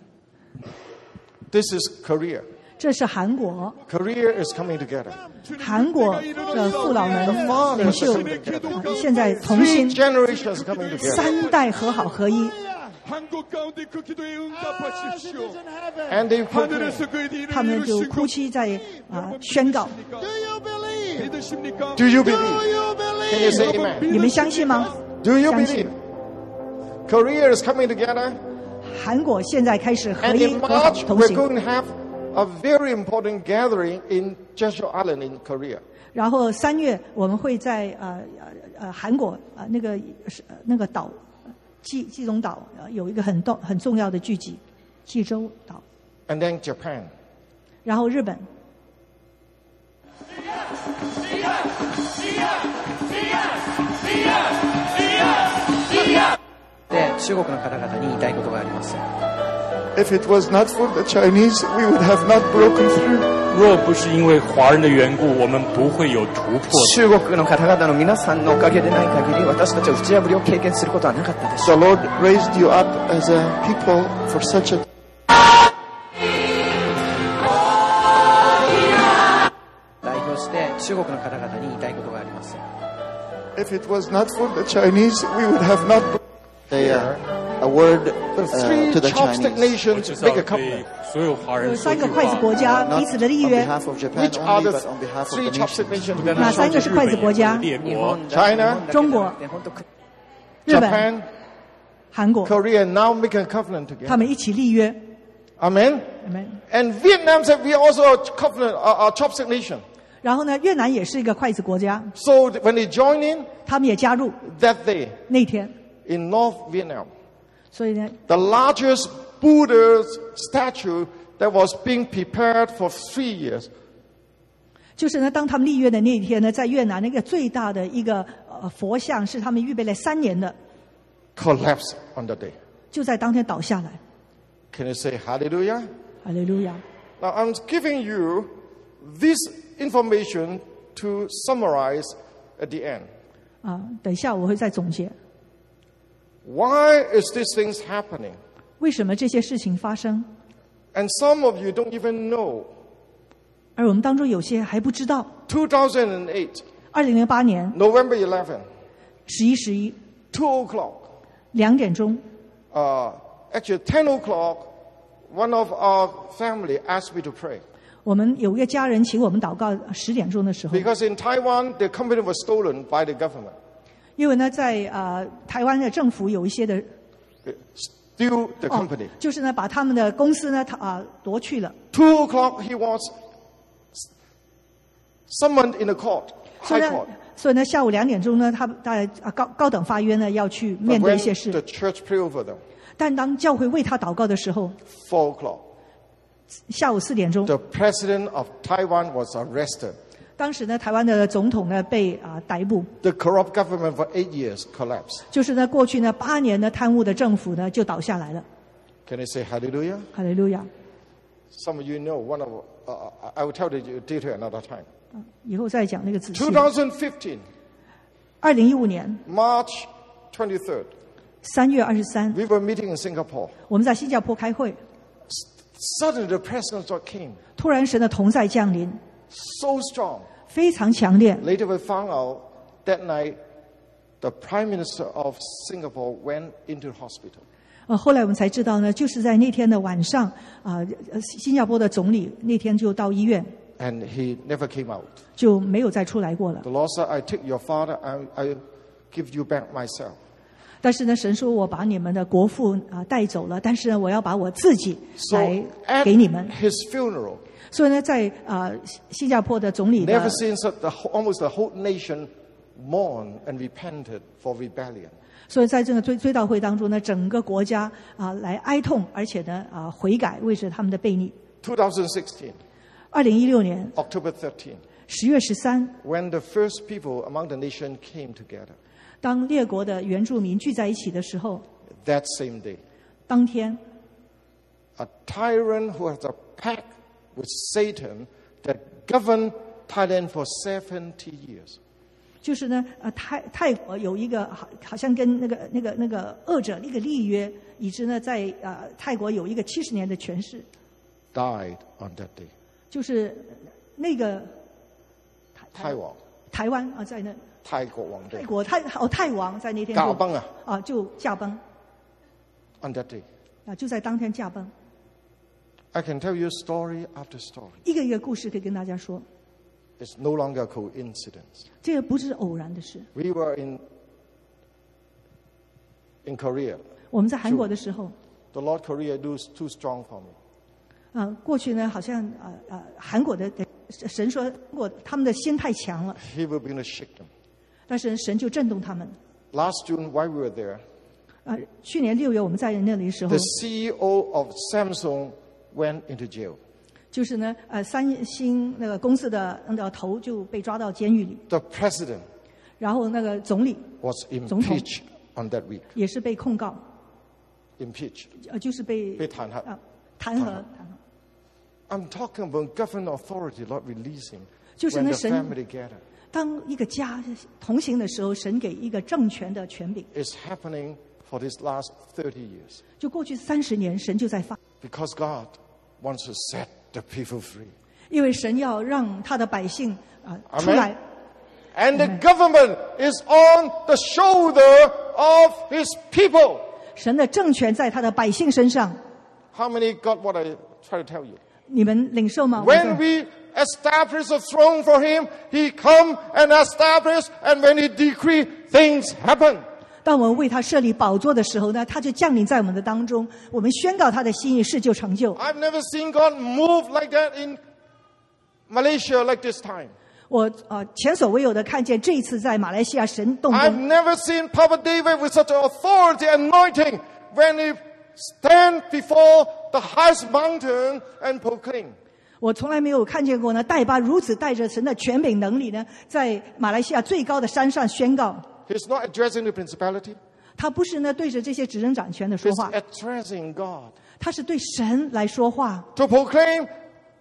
[SPEAKER 3] This is Korea.
[SPEAKER 2] 这是韩国，
[SPEAKER 3] Korea is coming together.
[SPEAKER 2] 韩国的父老们领袖呃现在同
[SPEAKER 3] Three
[SPEAKER 2] 心，
[SPEAKER 3] generations coming together.
[SPEAKER 2] 三代和好合一，
[SPEAKER 5] 한국 가운데 그 기도에 응답하십시오.
[SPEAKER 3] And they proclaim,
[SPEAKER 5] 하늘에서 그의 일을
[SPEAKER 2] 他们就
[SPEAKER 5] 이루시고
[SPEAKER 2] 哭泣在啊、呃宣告，
[SPEAKER 5] 믿으십니까?
[SPEAKER 3] Do you believe? Can you say amen?
[SPEAKER 2] 你们相信吗？
[SPEAKER 3] Do you
[SPEAKER 2] 相信
[SPEAKER 3] believe? Korea is coming together.
[SPEAKER 2] 韩国现在开始合
[SPEAKER 3] And
[SPEAKER 2] 一
[SPEAKER 3] in
[SPEAKER 2] 和好
[SPEAKER 3] March,
[SPEAKER 2] 同
[SPEAKER 3] we're
[SPEAKER 2] 行，
[SPEAKER 3] going to have a very important gathering in Jeju Island in Korea.
[SPEAKER 2] 然后三月我们会在呃呃呃韩国呃那个是呃那个岛济济东岛呃有一个很重很重要的聚集，济州岛，
[SPEAKER 3] And then Japan.
[SPEAKER 2] 然后日本
[SPEAKER 6] で中国の方々に言いたいことがあります
[SPEAKER 7] If it was not for the Chinese, we would have not broken through.
[SPEAKER 8] 若不是因为华人的缘故，我们不会有突破的。
[SPEAKER 6] 中国の方々の皆さんのおかげでない限り私たちは打ち破りを経験することはなかったでしょ
[SPEAKER 7] The Lord raised you up as a people for such a
[SPEAKER 6] う代表して中国の方々に言いたいことがあります
[SPEAKER 7] If it was not for the Chinese, we would have not. They are a word uh,
[SPEAKER 3] The three
[SPEAKER 7] to the
[SPEAKER 3] chopstick
[SPEAKER 7] Chinese,
[SPEAKER 8] I
[SPEAKER 3] nations
[SPEAKER 8] 至少
[SPEAKER 3] make
[SPEAKER 8] 对
[SPEAKER 3] a covenant.
[SPEAKER 8] 所有华人
[SPEAKER 2] 有
[SPEAKER 8] 说
[SPEAKER 2] 三
[SPEAKER 8] 句
[SPEAKER 2] 个筷子国
[SPEAKER 8] 话。
[SPEAKER 2] 家
[SPEAKER 7] not
[SPEAKER 2] 彼此的
[SPEAKER 7] on
[SPEAKER 2] 立约，
[SPEAKER 7] behalf of Japan
[SPEAKER 3] Which are
[SPEAKER 7] only, but on
[SPEAKER 3] the
[SPEAKER 7] behalf of
[SPEAKER 3] three
[SPEAKER 7] the nation.
[SPEAKER 3] chopstick nations?
[SPEAKER 2] 哪三个是筷子国家？
[SPEAKER 8] 列
[SPEAKER 6] 日
[SPEAKER 8] 国
[SPEAKER 6] 本
[SPEAKER 3] China
[SPEAKER 2] 中国日本、
[SPEAKER 3] Japan,
[SPEAKER 2] 韩国，
[SPEAKER 3] Korea now make a covenant
[SPEAKER 2] 他
[SPEAKER 3] together.
[SPEAKER 2] 们一起立约。
[SPEAKER 3] Amen.
[SPEAKER 2] 你们，
[SPEAKER 3] And Vietnam said we are also a covenant, a, a chopstick nation.
[SPEAKER 2] 然后呢，越南也是一个筷子国家，
[SPEAKER 3] So th- when they join in,
[SPEAKER 2] 他们也加入
[SPEAKER 3] that day
[SPEAKER 2] 那天，
[SPEAKER 3] in North Vietnam,
[SPEAKER 2] 所以呢，
[SPEAKER 3] the largest Buddha statue that was being prepared for three years
[SPEAKER 2] 就是呢，当他们立约的那一天呢，在越南那个最大的一个呃佛像是他们预备了三年的，
[SPEAKER 3] collapsed on the day.
[SPEAKER 2] 就在当天倒下来。
[SPEAKER 3] Can you say hallelujah?
[SPEAKER 2] 哈利路亚！
[SPEAKER 3] Now I'm giving you this information to summarize at the end.
[SPEAKER 2] 啊，等一下我会再总结
[SPEAKER 3] Why is these things happening?
[SPEAKER 2] 为什么这些事情发生，
[SPEAKER 3] And some of you don't even know.
[SPEAKER 2] 而我们当中有些还不知道。
[SPEAKER 3] 2008,
[SPEAKER 2] 二零零八年
[SPEAKER 3] November 11,
[SPEAKER 2] 十一十一
[SPEAKER 3] 2 o'clock.
[SPEAKER 2] 两点钟，
[SPEAKER 3] uh, actually 10 o'clock, one of our family asked me to pray.
[SPEAKER 2] 我们有一个家人请我们祷告十点钟的时候，
[SPEAKER 3] Because in Taiwan, the company was stolen by the government.
[SPEAKER 2] 因为呢，在呃台湾的政府有一些的
[SPEAKER 3] They steal the
[SPEAKER 2] 哦
[SPEAKER 3] company.，
[SPEAKER 2] 就是呢把他们的公司呢他啊夺去了，
[SPEAKER 3] Two o'clock, he was s- summoned in the court,
[SPEAKER 2] 所以
[SPEAKER 3] high
[SPEAKER 2] 呢
[SPEAKER 3] court.
[SPEAKER 2] 所以呢下午两点钟呢，他在啊高高等法院呢要去
[SPEAKER 3] But
[SPEAKER 2] 面对
[SPEAKER 3] when
[SPEAKER 2] 一些事
[SPEAKER 3] the，church prayed over them,
[SPEAKER 2] 但当教会为他祷告的时候，
[SPEAKER 3] four o'clock,
[SPEAKER 2] 下午四点钟，
[SPEAKER 3] the president of Taiwan was arrested.
[SPEAKER 2] 当时呢台湾的总统呢被啊逮捕，
[SPEAKER 3] The corrupt government for eight years collapsed.
[SPEAKER 2] 就是呢过去呢八年呢贪污的政府呢就倒下来了，
[SPEAKER 3] Can you say hallelujah?
[SPEAKER 2] 哈利路亚。
[SPEAKER 3] Some of you know one of. Uh, I will tell you detail another time.
[SPEAKER 2] 以后再讲那个仔细。
[SPEAKER 3] 2015,
[SPEAKER 2] 二零一五年
[SPEAKER 3] March 23rd,
[SPEAKER 2] 三月二十三，
[SPEAKER 3] we were meeting in Singapore.
[SPEAKER 2] 我们在新加坡开会，
[SPEAKER 3] Suddenly, the presence of came
[SPEAKER 2] 突然神的同在降临，
[SPEAKER 3] so strong.
[SPEAKER 2] 非常强烈。
[SPEAKER 3] Later, we found out that night the Prime Minister of Singapore went into hospital.
[SPEAKER 2] 呃，后来我们才知道呢，就是在那天的晚上啊、呃新加坡的总理那天就到医院，
[SPEAKER 3] And he never came out.
[SPEAKER 2] 就没有再出来过了
[SPEAKER 3] The。Lord said, I take your father, I, I give you back myself.
[SPEAKER 2] 但是呢，神说我把你们的国父啊、带走了，但是呢，我要把我自己
[SPEAKER 3] So
[SPEAKER 2] 来
[SPEAKER 3] at
[SPEAKER 2] 给你们。
[SPEAKER 3] his funeral,
[SPEAKER 2] 所以呢，在啊、呃新新加坡的总理的
[SPEAKER 3] never since that the, wh- almost the whole nation mourned and repented for rebellion.
[SPEAKER 2] 所以在这个追追悼会当中呢，整个国家啊、来哀痛，而且呢啊、悔改，为着他们的悖逆。
[SPEAKER 3] 2016,
[SPEAKER 2] 二零一六年
[SPEAKER 3] October 13,
[SPEAKER 2] 十月十三，
[SPEAKER 3] when the first people among the nation came together,
[SPEAKER 2] 当列国的原住民聚在一起的时候，
[SPEAKER 3] that same day,
[SPEAKER 2] 当天
[SPEAKER 3] a tyrant who has a pact with Satan that governed Thailand for 70 years.
[SPEAKER 2] 就是呢，呃，泰泰国有一个好，好像跟那个那个那个恶者那个立约，以致呢，在呃泰国有一个七十年的权势，
[SPEAKER 3] died on that day.
[SPEAKER 2] 就是那个台台
[SPEAKER 3] Taiwan,
[SPEAKER 2] 台湾啊，在那
[SPEAKER 3] Taiwan Wang
[SPEAKER 2] 泰
[SPEAKER 3] Day,
[SPEAKER 2] 国泰哦泰王在那天
[SPEAKER 3] 驾
[SPEAKER 2] 就
[SPEAKER 3] 崩啊
[SPEAKER 2] 啊就驾崩
[SPEAKER 3] on that day.
[SPEAKER 2] 啊，就在当天驾崩，
[SPEAKER 3] I can tell you story after story.
[SPEAKER 2] 一个一个故事可以跟大家说，
[SPEAKER 3] It's no longer a coincidence.
[SPEAKER 2] 这个不是偶然的事。
[SPEAKER 3] We were in in Korea.
[SPEAKER 2] 我们在韩国的时候，
[SPEAKER 3] The Lord Korea was too strong for me.
[SPEAKER 2] 啊，过去呢，好像呃呃，韩国的神说，韩国他们的心太强了，
[SPEAKER 3] He will begin to shake them.
[SPEAKER 2] 但是神就震动他们。
[SPEAKER 3] Last June, while we were there,
[SPEAKER 2] 呃，去年六月我们在那里的时候
[SPEAKER 3] the，CEO of Samsung went into jail.
[SPEAKER 2] 就是呢，呃，三星那个公司的那个头就被抓到监狱里，
[SPEAKER 3] The president
[SPEAKER 2] 然后那个总理
[SPEAKER 3] was
[SPEAKER 2] 总统
[SPEAKER 3] impeached on that week.
[SPEAKER 2] 也是被控告，
[SPEAKER 3] Impeached.
[SPEAKER 2] 呃，就是被
[SPEAKER 3] 被弹劾
[SPEAKER 2] 啊，弹劾，弹劾
[SPEAKER 3] I'm talking about government authority, Lord, release him.
[SPEAKER 2] 就是
[SPEAKER 3] When
[SPEAKER 2] 那
[SPEAKER 3] the
[SPEAKER 2] 神
[SPEAKER 3] family gathered.
[SPEAKER 2] 当一个家同行的时候，神给一个政权的权柄。
[SPEAKER 3] is happening for these last 30 years
[SPEAKER 2] 就过去三十年，神就在发，
[SPEAKER 3] because God wants to set the people free.
[SPEAKER 2] 因为神要让他的百姓啊、
[SPEAKER 3] Amen
[SPEAKER 2] 出来。
[SPEAKER 3] And the government is on the shoulder of his people.
[SPEAKER 2] 神的政权在他的百姓身上，
[SPEAKER 3] How many got what I try to tell you?
[SPEAKER 2] 你们领受吗？我说
[SPEAKER 3] When we establish a throne for him, he come and establish, and when he decree, things happen.
[SPEAKER 2] 当我们为他设立宝座的时候呢，他就降临在我们的当中，我们宣告他的心意，事就成就。
[SPEAKER 3] I've never seen God move like that in Malaysia like this time.
[SPEAKER 2] 我呃前所未有的看见这一次在马来西亚神动
[SPEAKER 3] I've
[SPEAKER 2] 工，
[SPEAKER 3] never seen Papa David with such authority and anointing when he stand before the highest mountain and proclaim.
[SPEAKER 2] 我从来没有看见过呢带巴如此带着神的权柄能力呢，在马来西亚最高的山上宣告。
[SPEAKER 3] He's not addressing the principality.
[SPEAKER 2] 他不是呢对着这些执政掌权的说
[SPEAKER 3] He's
[SPEAKER 2] 话，
[SPEAKER 3] addressing God
[SPEAKER 2] 他是对神来说话。
[SPEAKER 3] to proclaim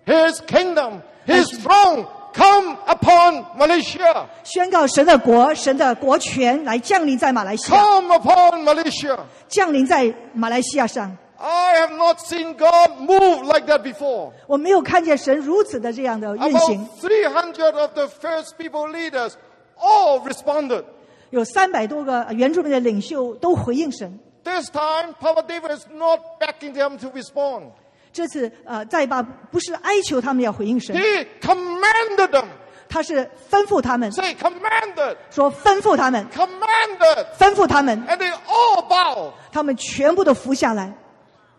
[SPEAKER 3] His kingdom, His throne come upon Malaysia,
[SPEAKER 2] 宣告神的国、神的国权来降临在马来西亚，
[SPEAKER 3] come upon Malaysia.
[SPEAKER 2] 降临在马来西亚上。
[SPEAKER 3] I have not seen God move like that before.
[SPEAKER 2] 我没有看见神如此的这样的运行。
[SPEAKER 3] About 300 of the first people leaders all responded.
[SPEAKER 2] 有三百多个原住民的领袖都回应神。
[SPEAKER 3] This time, Papa David is not backing them to respond.
[SPEAKER 2] 这次呃，再巴不是哀求他们要回应神，
[SPEAKER 3] He commanded them.
[SPEAKER 2] 他是吩咐他们
[SPEAKER 3] Say, commanded,
[SPEAKER 2] 说吩咐他们，
[SPEAKER 3] commanded.
[SPEAKER 2] 吩咐他们，
[SPEAKER 3] And they all bow.
[SPEAKER 2] 他们全部都服下来。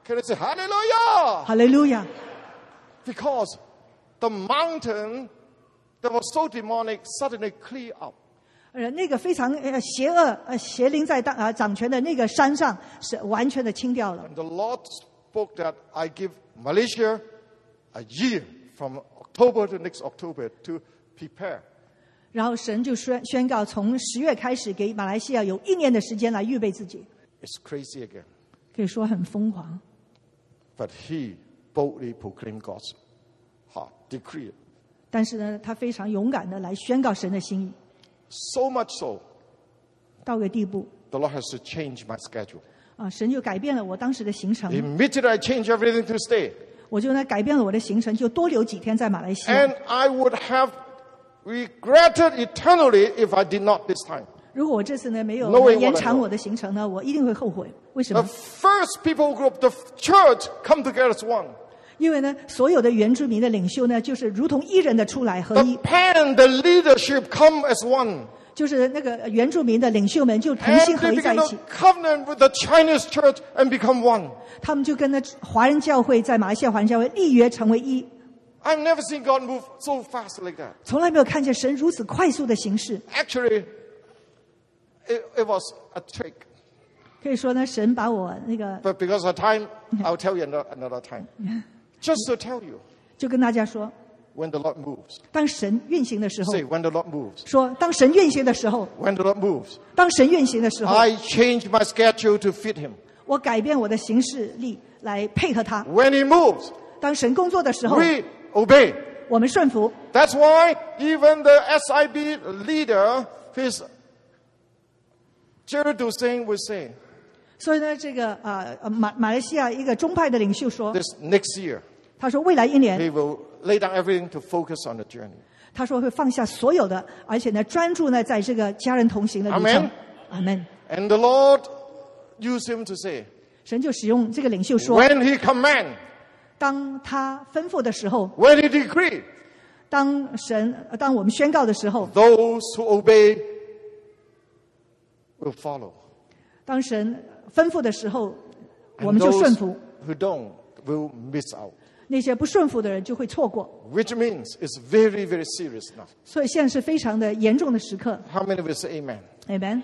[SPEAKER 3] Can you say hallelujah?
[SPEAKER 2] 哈利路亚！
[SPEAKER 3] Because the mountain that was so demonic suddenly cleared up.
[SPEAKER 2] 呃，那个非常呃邪恶呃邪灵在当啊、掌权的那个山上是完全的清掉了。
[SPEAKER 3] And the Lord spoke that I give Malaysia a year from October to next October to prepare.
[SPEAKER 2] 然后神就宣宣告，从十月开始给马来西亚有一年的时间来预备自己，
[SPEAKER 3] It's crazy again.
[SPEAKER 2] 可以说很疯狂。
[SPEAKER 3] But he boldly proclaimed God's heart, decree. it.
[SPEAKER 2] 但是呢，他非常勇敢的来宣告神的心意，
[SPEAKER 3] So much so,
[SPEAKER 2] 到个地步
[SPEAKER 3] the Lord has to change my schedule.
[SPEAKER 2] 啊，神就改变了我当时的行程，
[SPEAKER 3] Immediately I changed everything to stay.
[SPEAKER 2] 我就呢改变了我的行程，就多留几天在马来西亚
[SPEAKER 3] And。I would have regretted eternally if I did not this time.
[SPEAKER 2] 如果我这次呢没有
[SPEAKER 3] No way
[SPEAKER 2] 呢延长
[SPEAKER 3] whatever
[SPEAKER 2] 我的行程呢，我一定会后悔。为什
[SPEAKER 3] The
[SPEAKER 2] 么？
[SPEAKER 3] first people group, the church, come together as one.
[SPEAKER 2] 因为呢，所有的原住民的领袖呢，就是如同一人的出来合一
[SPEAKER 3] The，pen, the leadership come as one.
[SPEAKER 2] 就是那个原住民的领袖们就同
[SPEAKER 3] And
[SPEAKER 2] 心合
[SPEAKER 3] they
[SPEAKER 2] 一在
[SPEAKER 3] began
[SPEAKER 2] 一起
[SPEAKER 3] to，covenant with the Chinese church and become one.
[SPEAKER 2] 他们就跟那华人教会在马来西亚华人教会立约成为一，
[SPEAKER 3] I've never seen God move so fast like that.
[SPEAKER 2] 从来没有看见神如此快速的行事。
[SPEAKER 3] Actually, it, it was a trick.
[SPEAKER 2] 可以说呢，神把我那个
[SPEAKER 3] But because of time, I'll tell you another, another time. Just to tell you,
[SPEAKER 2] 就跟大家说，
[SPEAKER 3] when the Lord moves.
[SPEAKER 2] 当神运行的时候
[SPEAKER 3] Say, when the Lord moves.
[SPEAKER 2] 说当神运行的时候，
[SPEAKER 3] When the Lord moves.
[SPEAKER 2] 当神运行的时候，
[SPEAKER 3] I change my schedule to fit him.
[SPEAKER 2] 我改变我的行事力来配合他。
[SPEAKER 3] When he moves,
[SPEAKER 2] 当神工作的时候，
[SPEAKER 3] we obey.
[SPEAKER 2] 我们顺服。
[SPEAKER 3] That's why even the SIB leader, his Jared Hussein was saying
[SPEAKER 2] 所以呢，这个呃呃马马来西亚一个中派的领袖说，
[SPEAKER 3] this next year,
[SPEAKER 2] 他说未来一年，
[SPEAKER 3] he will lay down everything to focus on the journey.
[SPEAKER 2] 他说会放下所有的，而且呢专注呢在这个家人同行的旅程
[SPEAKER 3] Amen。
[SPEAKER 2] 阿门。
[SPEAKER 3] And the Lord used him to say,
[SPEAKER 2] 神就使用这个领袖说，
[SPEAKER 3] when he command,
[SPEAKER 2] 当他吩咐的时候，
[SPEAKER 3] when he decree,
[SPEAKER 2] 当神呃当我们宣告的时候，
[SPEAKER 3] those who obey will follow.
[SPEAKER 2] 当神吩咐的时候，我
[SPEAKER 3] And
[SPEAKER 2] 们就顺
[SPEAKER 3] those
[SPEAKER 2] 服；
[SPEAKER 3] who don't will miss out.
[SPEAKER 2] 那些不顺服的人就会错过。
[SPEAKER 3] Which means it's very, very serious now.
[SPEAKER 2] 所以现在是非常的严重的时刻
[SPEAKER 3] How many will say amen?
[SPEAKER 2] ，amen。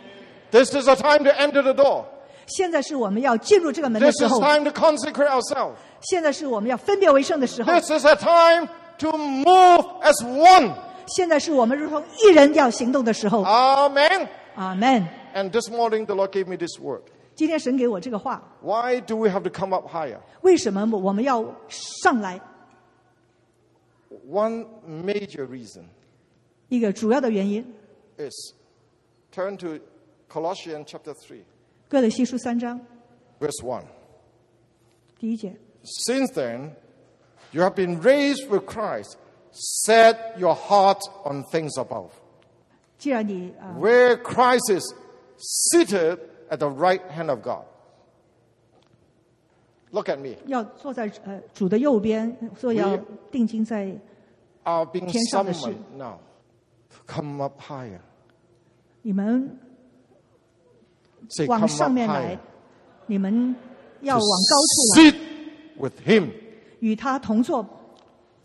[SPEAKER 3] This is the time to enter the door.
[SPEAKER 2] 现在是我们要进入这个门的
[SPEAKER 3] This
[SPEAKER 2] 时
[SPEAKER 3] is
[SPEAKER 2] 候，
[SPEAKER 3] time to consecrate ourselves.
[SPEAKER 2] 现在是我们要分别为圣的时候，
[SPEAKER 3] This is a time to move as one.
[SPEAKER 2] 现在是我们如同一人要行动的时候。
[SPEAKER 3] Amen.
[SPEAKER 2] 阿门。
[SPEAKER 3] And this morning the Lord gave me this word.
[SPEAKER 2] 今天神给我这个话，
[SPEAKER 3] Why do we have to come up higher?
[SPEAKER 2] 为什么我们要上来？
[SPEAKER 3] One major reason
[SPEAKER 2] 一个主要的原因，《
[SPEAKER 3] is turn to Colossians chapter 3,
[SPEAKER 2] 哥德西书》三章
[SPEAKER 3] verse 1.
[SPEAKER 2] 第一节。
[SPEAKER 3] Since then, you have been raised with Christ. Set your heart on things above,
[SPEAKER 2] 既然你啊、呃
[SPEAKER 3] where Christ is seated at the right hand of God. Look at me.
[SPEAKER 2] 要坐在呃主的右边，所以要定睛在
[SPEAKER 3] Are being
[SPEAKER 2] 天上的事。
[SPEAKER 3] summoned now. Come up higher.
[SPEAKER 2] 你们
[SPEAKER 3] Say, come
[SPEAKER 2] 往
[SPEAKER 3] up
[SPEAKER 2] 上面来
[SPEAKER 3] higher.，
[SPEAKER 2] 你们要往
[SPEAKER 3] To
[SPEAKER 2] 高处来，
[SPEAKER 3] sit with Him.
[SPEAKER 2] 与他同坐，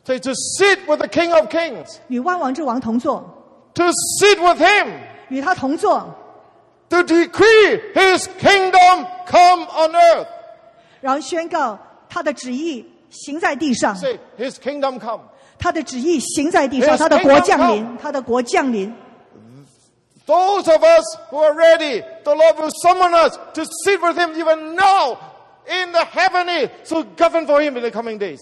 [SPEAKER 3] Say, to sit with the King of Kings.
[SPEAKER 2] 与万王之王同坐，
[SPEAKER 3] To sit with Him.
[SPEAKER 2] 与他同坐，
[SPEAKER 3] To decree His kingdom come on earth.
[SPEAKER 2] 然后宣告他的旨意行在地上，
[SPEAKER 3] Say, His kingdom come.
[SPEAKER 2] 他的旨意行在地上，
[SPEAKER 3] His
[SPEAKER 2] 他的国降
[SPEAKER 3] kingdom
[SPEAKER 2] 临，他的国降临。
[SPEAKER 3] Those of us who are ready, the Lord will summon us to sit with Him even now in the heavenly, so govern for Him in the coming days.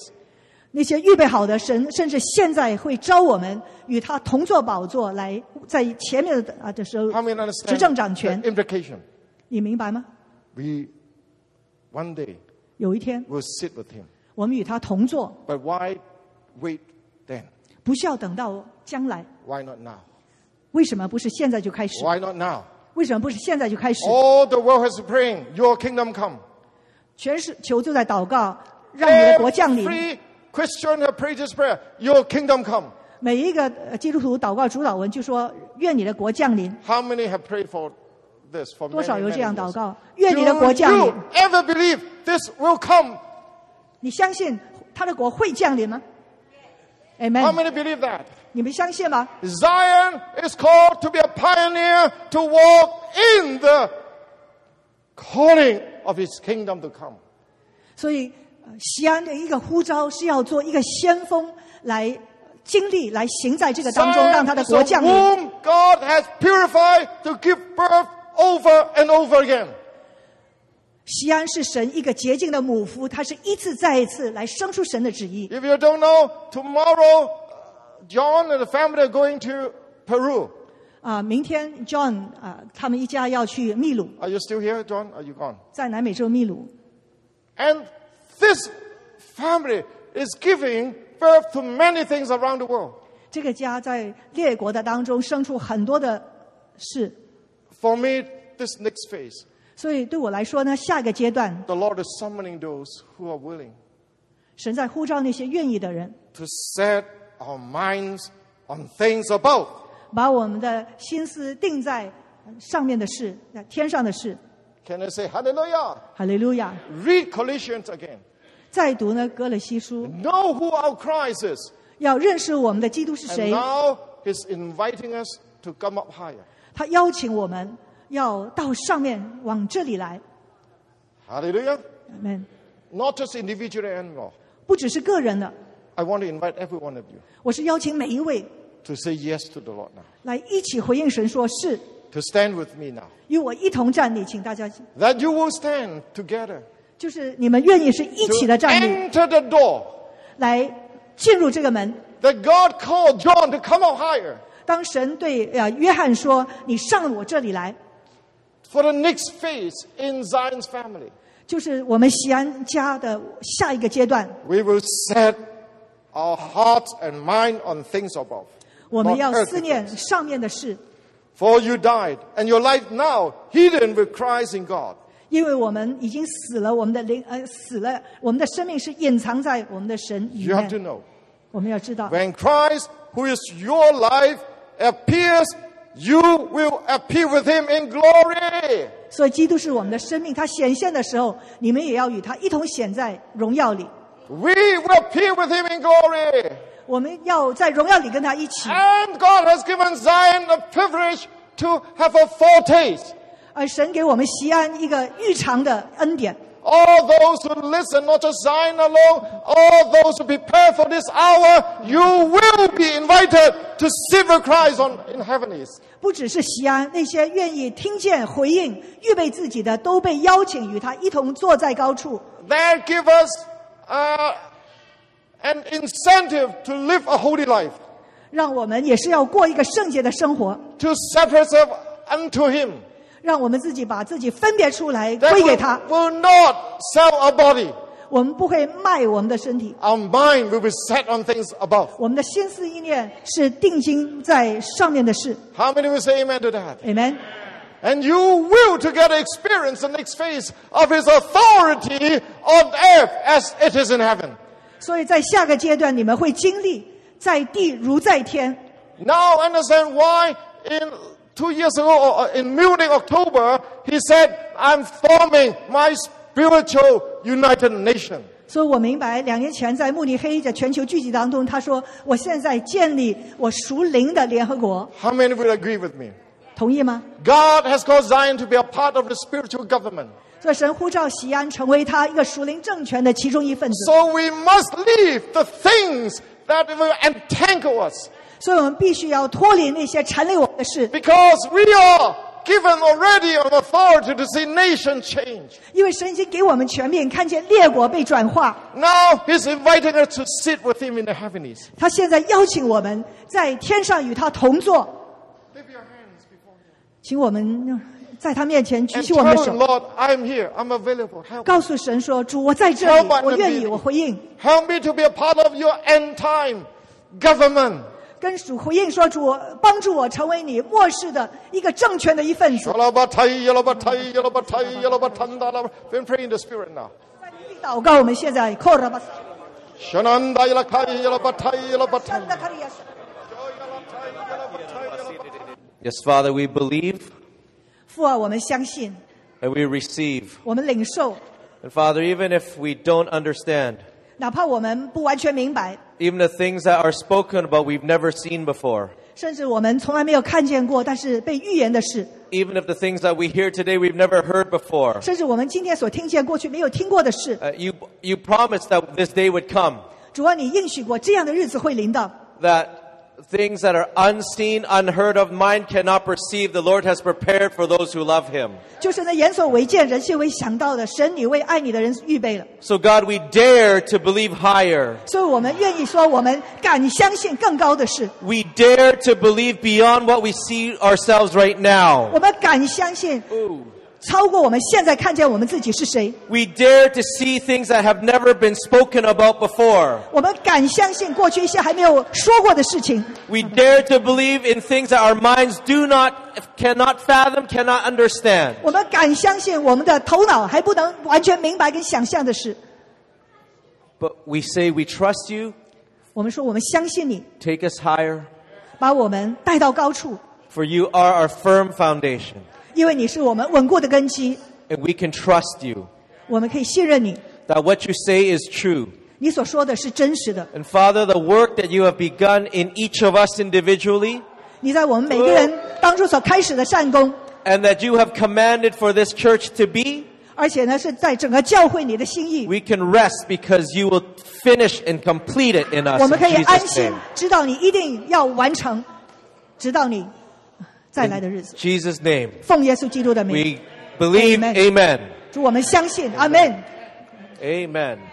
[SPEAKER 2] 那些预备好的神，甚至现在会招我们与他同坐宝座来，在前面的啊的时候
[SPEAKER 3] How many
[SPEAKER 2] 执
[SPEAKER 3] understand
[SPEAKER 2] 政掌权
[SPEAKER 3] the，implication?
[SPEAKER 2] 你明白吗？
[SPEAKER 3] We one day
[SPEAKER 2] 有一天
[SPEAKER 3] will sit with Him.
[SPEAKER 2] 我们与他同坐，
[SPEAKER 3] But why wait then?
[SPEAKER 2] 不需要等到将来。
[SPEAKER 3] Why not now?
[SPEAKER 2] 为什么不是现在就开始？
[SPEAKER 3] Why not now?
[SPEAKER 2] 为什么不是现在就开始？
[SPEAKER 3] All the world is praying, Your kingdom come.
[SPEAKER 2] 全是求助在祷告，让你的国降临。
[SPEAKER 3] Every Christian have prayed this prayer. Your kingdom come.
[SPEAKER 2] 每一个呃基督徒祷告主导文就说：“愿你的国降临。
[SPEAKER 3] How many have prayed for this for
[SPEAKER 2] 多
[SPEAKER 3] many,
[SPEAKER 2] 少有
[SPEAKER 3] many
[SPEAKER 2] 这样
[SPEAKER 3] years?
[SPEAKER 2] 祷
[SPEAKER 3] Do
[SPEAKER 2] 告？愿你的国降临
[SPEAKER 3] you。ever believe this will come?
[SPEAKER 2] 你相信他的国会降临吗
[SPEAKER 3] How
[SPEAKER 2] ？Amen。
[SPEAKER 3] many believe that?
[SPEAKER 2] 你们相信吗？
[SPEAKER 3] Zion is called to be a pioneer to walk in the calling of his kingdom to come.
[SPEAKER 2] 所以，呃西安的一个呼召是要做一个先锋，来经历、来行在这个当中，让他
[SPEAKER 3] Zion
[SPEAKER 2] 的
[SPEAKER 3] is
[SPEAKER 2] 国
[SPEAKER 3] a
[SPEAKER 2] 降临。
[SPEAKER 3] womb God has purified to give birth over and over again.
[SPEAKER 2] 西安是神一个洁净的母夫，他是一次再一次来生出神的旨意。
[SPEAKER 3] If you don't know, tomorrow uh, John and the family are going to Peru.
[SPEAKER 2] 啊、明天 John 啊、他们一家要去秘鲁，
[SPEAKER 3] Are you still here, John? Are you gone?
[SPEAKER 2] 在南美洲秘鲁。
[SPEAKER 3] And this family is giving birth to many things around the world.
[SPEAKER 2] 这个家在列国的当中生出很多的事，
[SPEAKER 3] For me, this next phase,
[SPEAKER 2] 所以对我来说呢，下一个阶段，
[SPEAKER 3] the Lord is summoning those who are willing
[SPEAKER 2] 神在呼召那些愿意的人，
[SPEAKER 3] to set our minds on things above.
[SPEAKER 2] 把我们的心思定在上面的事，那天上的事。
[SPEAKER 3] Can I say hallelujah?
[SPEAKER 2] 哈利路亚！
[SPEAKER 3] Read Colossians again.
[SPEAKER 2] 再读呢，哥勒西书，
[SPEAKER 3] Know who our Christ is.
[SPEAKER 2] 要认识我们的基督是
[SPEAKER 3] And
[SPEAKER 2] 谁。
[SPEAKER 3] now He's inviting us to come up higher.
[SPEAKER 2] 他邀请我们要到上面往这里来。
[SPEAKER 3] Hallelujah.
[SPEAKER 2] 阿门。
[SPEAKER 3] Not just individually anymore.
[SPEAKER 2] 不只是个人的，
[SPEAKER 3] I want to invite every one of you
[SPEAKER 2] 我是邀请每一位
[SPEAKER 3] to say yes to the Lord now.
[SPEAKER 2] 来一起回应神说，是
[SPEAKER 3] To stand with me now.
[SPEAKER 2] 与我一同站立，请大家
[SPEAKER 3] That you will stand together.
[SPEAKER 2] 就是你们愿意是一起的
[SPEAKER 3] To
[SPEAKER 2] 站立，
[SPEAKER 3] enter the door
[SPEAKER 2] 来进入这个门。
[SPEAKER 3] that God called John to come up higher.
[SPEAKER 2] 当神对呃约翰说：“你上我这里来。
[SPEAKER 3] for the next phase in Zion's family. ”
[SPEAKER 2] 就是我们西安家的下一个阶段，
[SPEAKER 3] We will set our heart and mind on things above.
[SPEAKER 2] 我们
[SPEAKER 3] not
[SPEAKER 2] 要
[SPEAKER 3] earthly
[SPEAKER 2] 思念
[SPEAKER 3] things.
[SPEAKER 2] 上面的事，
[SPEAKER 3] For you died, and your life now hidden with Christ in God.
[SPEAKER 2] 因为我们已经死了，我们的灵呃死了，我们的生命是隐藏在我们的神里
[SPEAKER 3] You have to
[SPEAKER 2] 面。
[SPEAKER 3] know
[SPEAKER 2] 我们要知道，
[SPEAKER 3] when Christ, who is your life, appears, you will appear with him in glory.
[SPEAKER 2] 所以基督是我们的生命，他显现的时候，你们也要与他一同显在荣耀里。
[SPEAKER 3] We will appear with him in glory.
[SPEAKER 2] 我们要在荣耀里跟他一起，
[SPEAKER 3] And God has given Zion the privilege to have a foretaste.
[SPEAKER 2] 而神给我们西安一个预尝的恩典。
[SPEAKER 3] All those who listen, not just Zion alone, all those who prepare for this hour, you will be invited to sit with Christ on, in heavenies.
[SPEAKER 2] 不只是西安，那些愿意听见、回应、预备自己的，都被邀请与他一同坐在高处。
[SPEAKER 3] That give us uh, an incentive to live a holy life,
[SPEAKER 2] 让我们也是要过一个圣洁的生活，
[SPEAKER 3] to separate ourselves unto Him.
[SPEAKER 2] 让我们自己把自己分别出来
[SPEAKER 3] That
[SPEAKER 2] 归给他。
[SPEAKER 3] we will not sell our body.
[SPEAKER 2] 我们不会卖我们的身体，
[SPEAKER 3] Our mind will be set on things above.
[SPEAKER 2] 我们的心思意念是定睛在上面的事。
[SPEAKER 3] How many will say amen to that?
[SPEAKER 2] Amen。
[SPEAKER 3] And you will together experience the next phase of his authority on earth as it is in heaven.
[SPEAKER 2] 所以在下个阶段，你们会经历在地如在天。
[SPEAKER 3] Now understand why in two years ago or in Munich, October, he said, I'm forming my spiritual united nation.
[SPEAKER 2] 所以我明白，两年前在慕尼黑的全球聚集当中，他说：“我现在建立我属灵的联合国，
[SPEAKER 3] How many will agree with me?
[SPEAKER 2] 同意吗？”
[SPEAKER 3] God has called Zion to be a part of the spiritual government.
[SPEAKER 2] 所以神呼召西安成为他一个属灵政权的其中一份子。
[SPEAKER 3] So we must leave the things that will entangle us
[SPEAKER 2] 所以我们必须要脱离那些缠累我们的事，
[SPEAKER 3] because we are given already an authority to see nation change.
[SPEAKER 2] 因为神已经给我们全面看见列国被转化。
[SPEAKER 3] Now he's inviting us to sit with him in the heavens.
[SPEAKER 2] 他现在邀请我们在天上与他同坐，
[SPEAKER 3] Lift your hands before him.
[SPEAKER 2] 请我们在他面前举
[SPEAKER 3] And
[SPEAKER 2] 起我们的
[SPEAKER 3] tell him,
[SPEAKER 2] 手，
[SPEAKER 3] Lord, I'm here. I'm available. Help.
[SPEAKER 2] 告诉神说：“主，我在这里
[SPEAKER 3] Help，my
[SPEAKER 2] 我愿意，
[SPEAKER 3] ability
[SPEAKER 2] 我回应。
[SPEAKER 3] Help me to be a part of your end time government. ”
[SPEAKER 2] 跟主回应说：“主，帮助我成为你末世的一个政权的一份子。
[SPEAKER 3] Oh Yalabatai, yalabatai, yalabatai, yalabatanda, yalab- Then pray in the spirit now. ”
[SPEAKER 2] 祷告，我们现在。
[SPEAKER 7] Shananda yala kai yala batai yala batai.
[SPEAKER 9] Yes, Father, we believe
[SPEAKER 2] 父啊，我们相信，
[SPEAKER 9] and we receive.
[SPEAKER 2] 我们领受，
[SPEAKER 9] And Father, even if we don't understand,
[SPEAKER 2] 哪怕我们不完全明白，
[SPEAKER 9] even the things that are spoken about we've never seen before,
[SPEAKER 2] 甚至我们从来没有看见过，但是被预言的事，
[SPEAKER 9] even if the things that we hear today we've never heard before,
[SPEAKER 2] 甚至我们今天所听见过去没有听过的事，
[SPEAKER 9] uh, you, you promised that this day would come,
[SPEAKER 2] 主啊，你应许过这样的日子会临到。
[SPEAKER 9] that things that are unseen, unheard of, mind cannot perceive, the Lord has prepared for those who love Him.
[SPEAKER 2] 就是那眼所未见、人心未想到的，神你为爱你的人预备了。
[SPEAKER 9] So, God, we dare to believe higher.
[SPEAKER 2] 所以我们愿意说，我们敢相信更高的事，
[SPEAKER 9] We dare to believe beyond what we see ourselves right now.
[SPEAKER 2] 我们敢相信超过我们现在看见我们自己是谁，
[SPEAKER 9] We dare to see things that have never been spoken about before.
[SPEAKER 2] 我们敢相信过去一些还没有说过的事情，
[SPEAKER 9] We dare to believe in things that our minds do not, cannot fathom, cannot understand.
[SPEAKER 2] 我们敢相信我们的头脑还不能完全明白跟想象的事。
[SPEAKER 9] But we say we trust you,
[SPEAKER 2] 我们说，我们相信你，
[SPEAKER 9] take us higher,
[SPEAKER 2] 把我们带到高处，
[SPEAKER 9] for you are our firm foundation,
[SPEAKER 2] 因为你是我们稳固的根基，
[SPEAKER 9] and we can trust you
[SPEAKER 2] 我们可以信任你，
[SPEAKER 9] that what you say is true.
[SPEAKER 2] 你所说的是真实的。
[SPEAKER 9] And Father, the work that you have begun in each of us individually,
[SPEAKER 2] 你在我们每个人当初所开始的善功，
[SPEAKER 9] and that you have commanded for this church to be,
[SPEAKER 2] 而且呢是在整个教会你的心意，
[SPEAKER 9] we can rest because you will finish and complete it in us.
[SPEAKER 2] 我们可以
[SPEAKER 9] in
[SPEAKER 2] 安
[SPEAKER 9] Jesus'
[SPEAKER 2] 心
[SPEAKER 9] name.
[SPEAKER 2] 知道你一定要完成，直到你再来的日
[SPEAKER 9] In
[SPEAKER 2] 子。
[SPEAKER 9] Jesus' name.
[SPEAKER 2] 奉耶稣基督的名，
[SPEAKER 9] We believe.
[SPEAKER 2] Amen.
[SPEAKER 9] Amen.
[SPEAKER 2] 主我们相信，阿门。
[SPEAKER 9] Amen.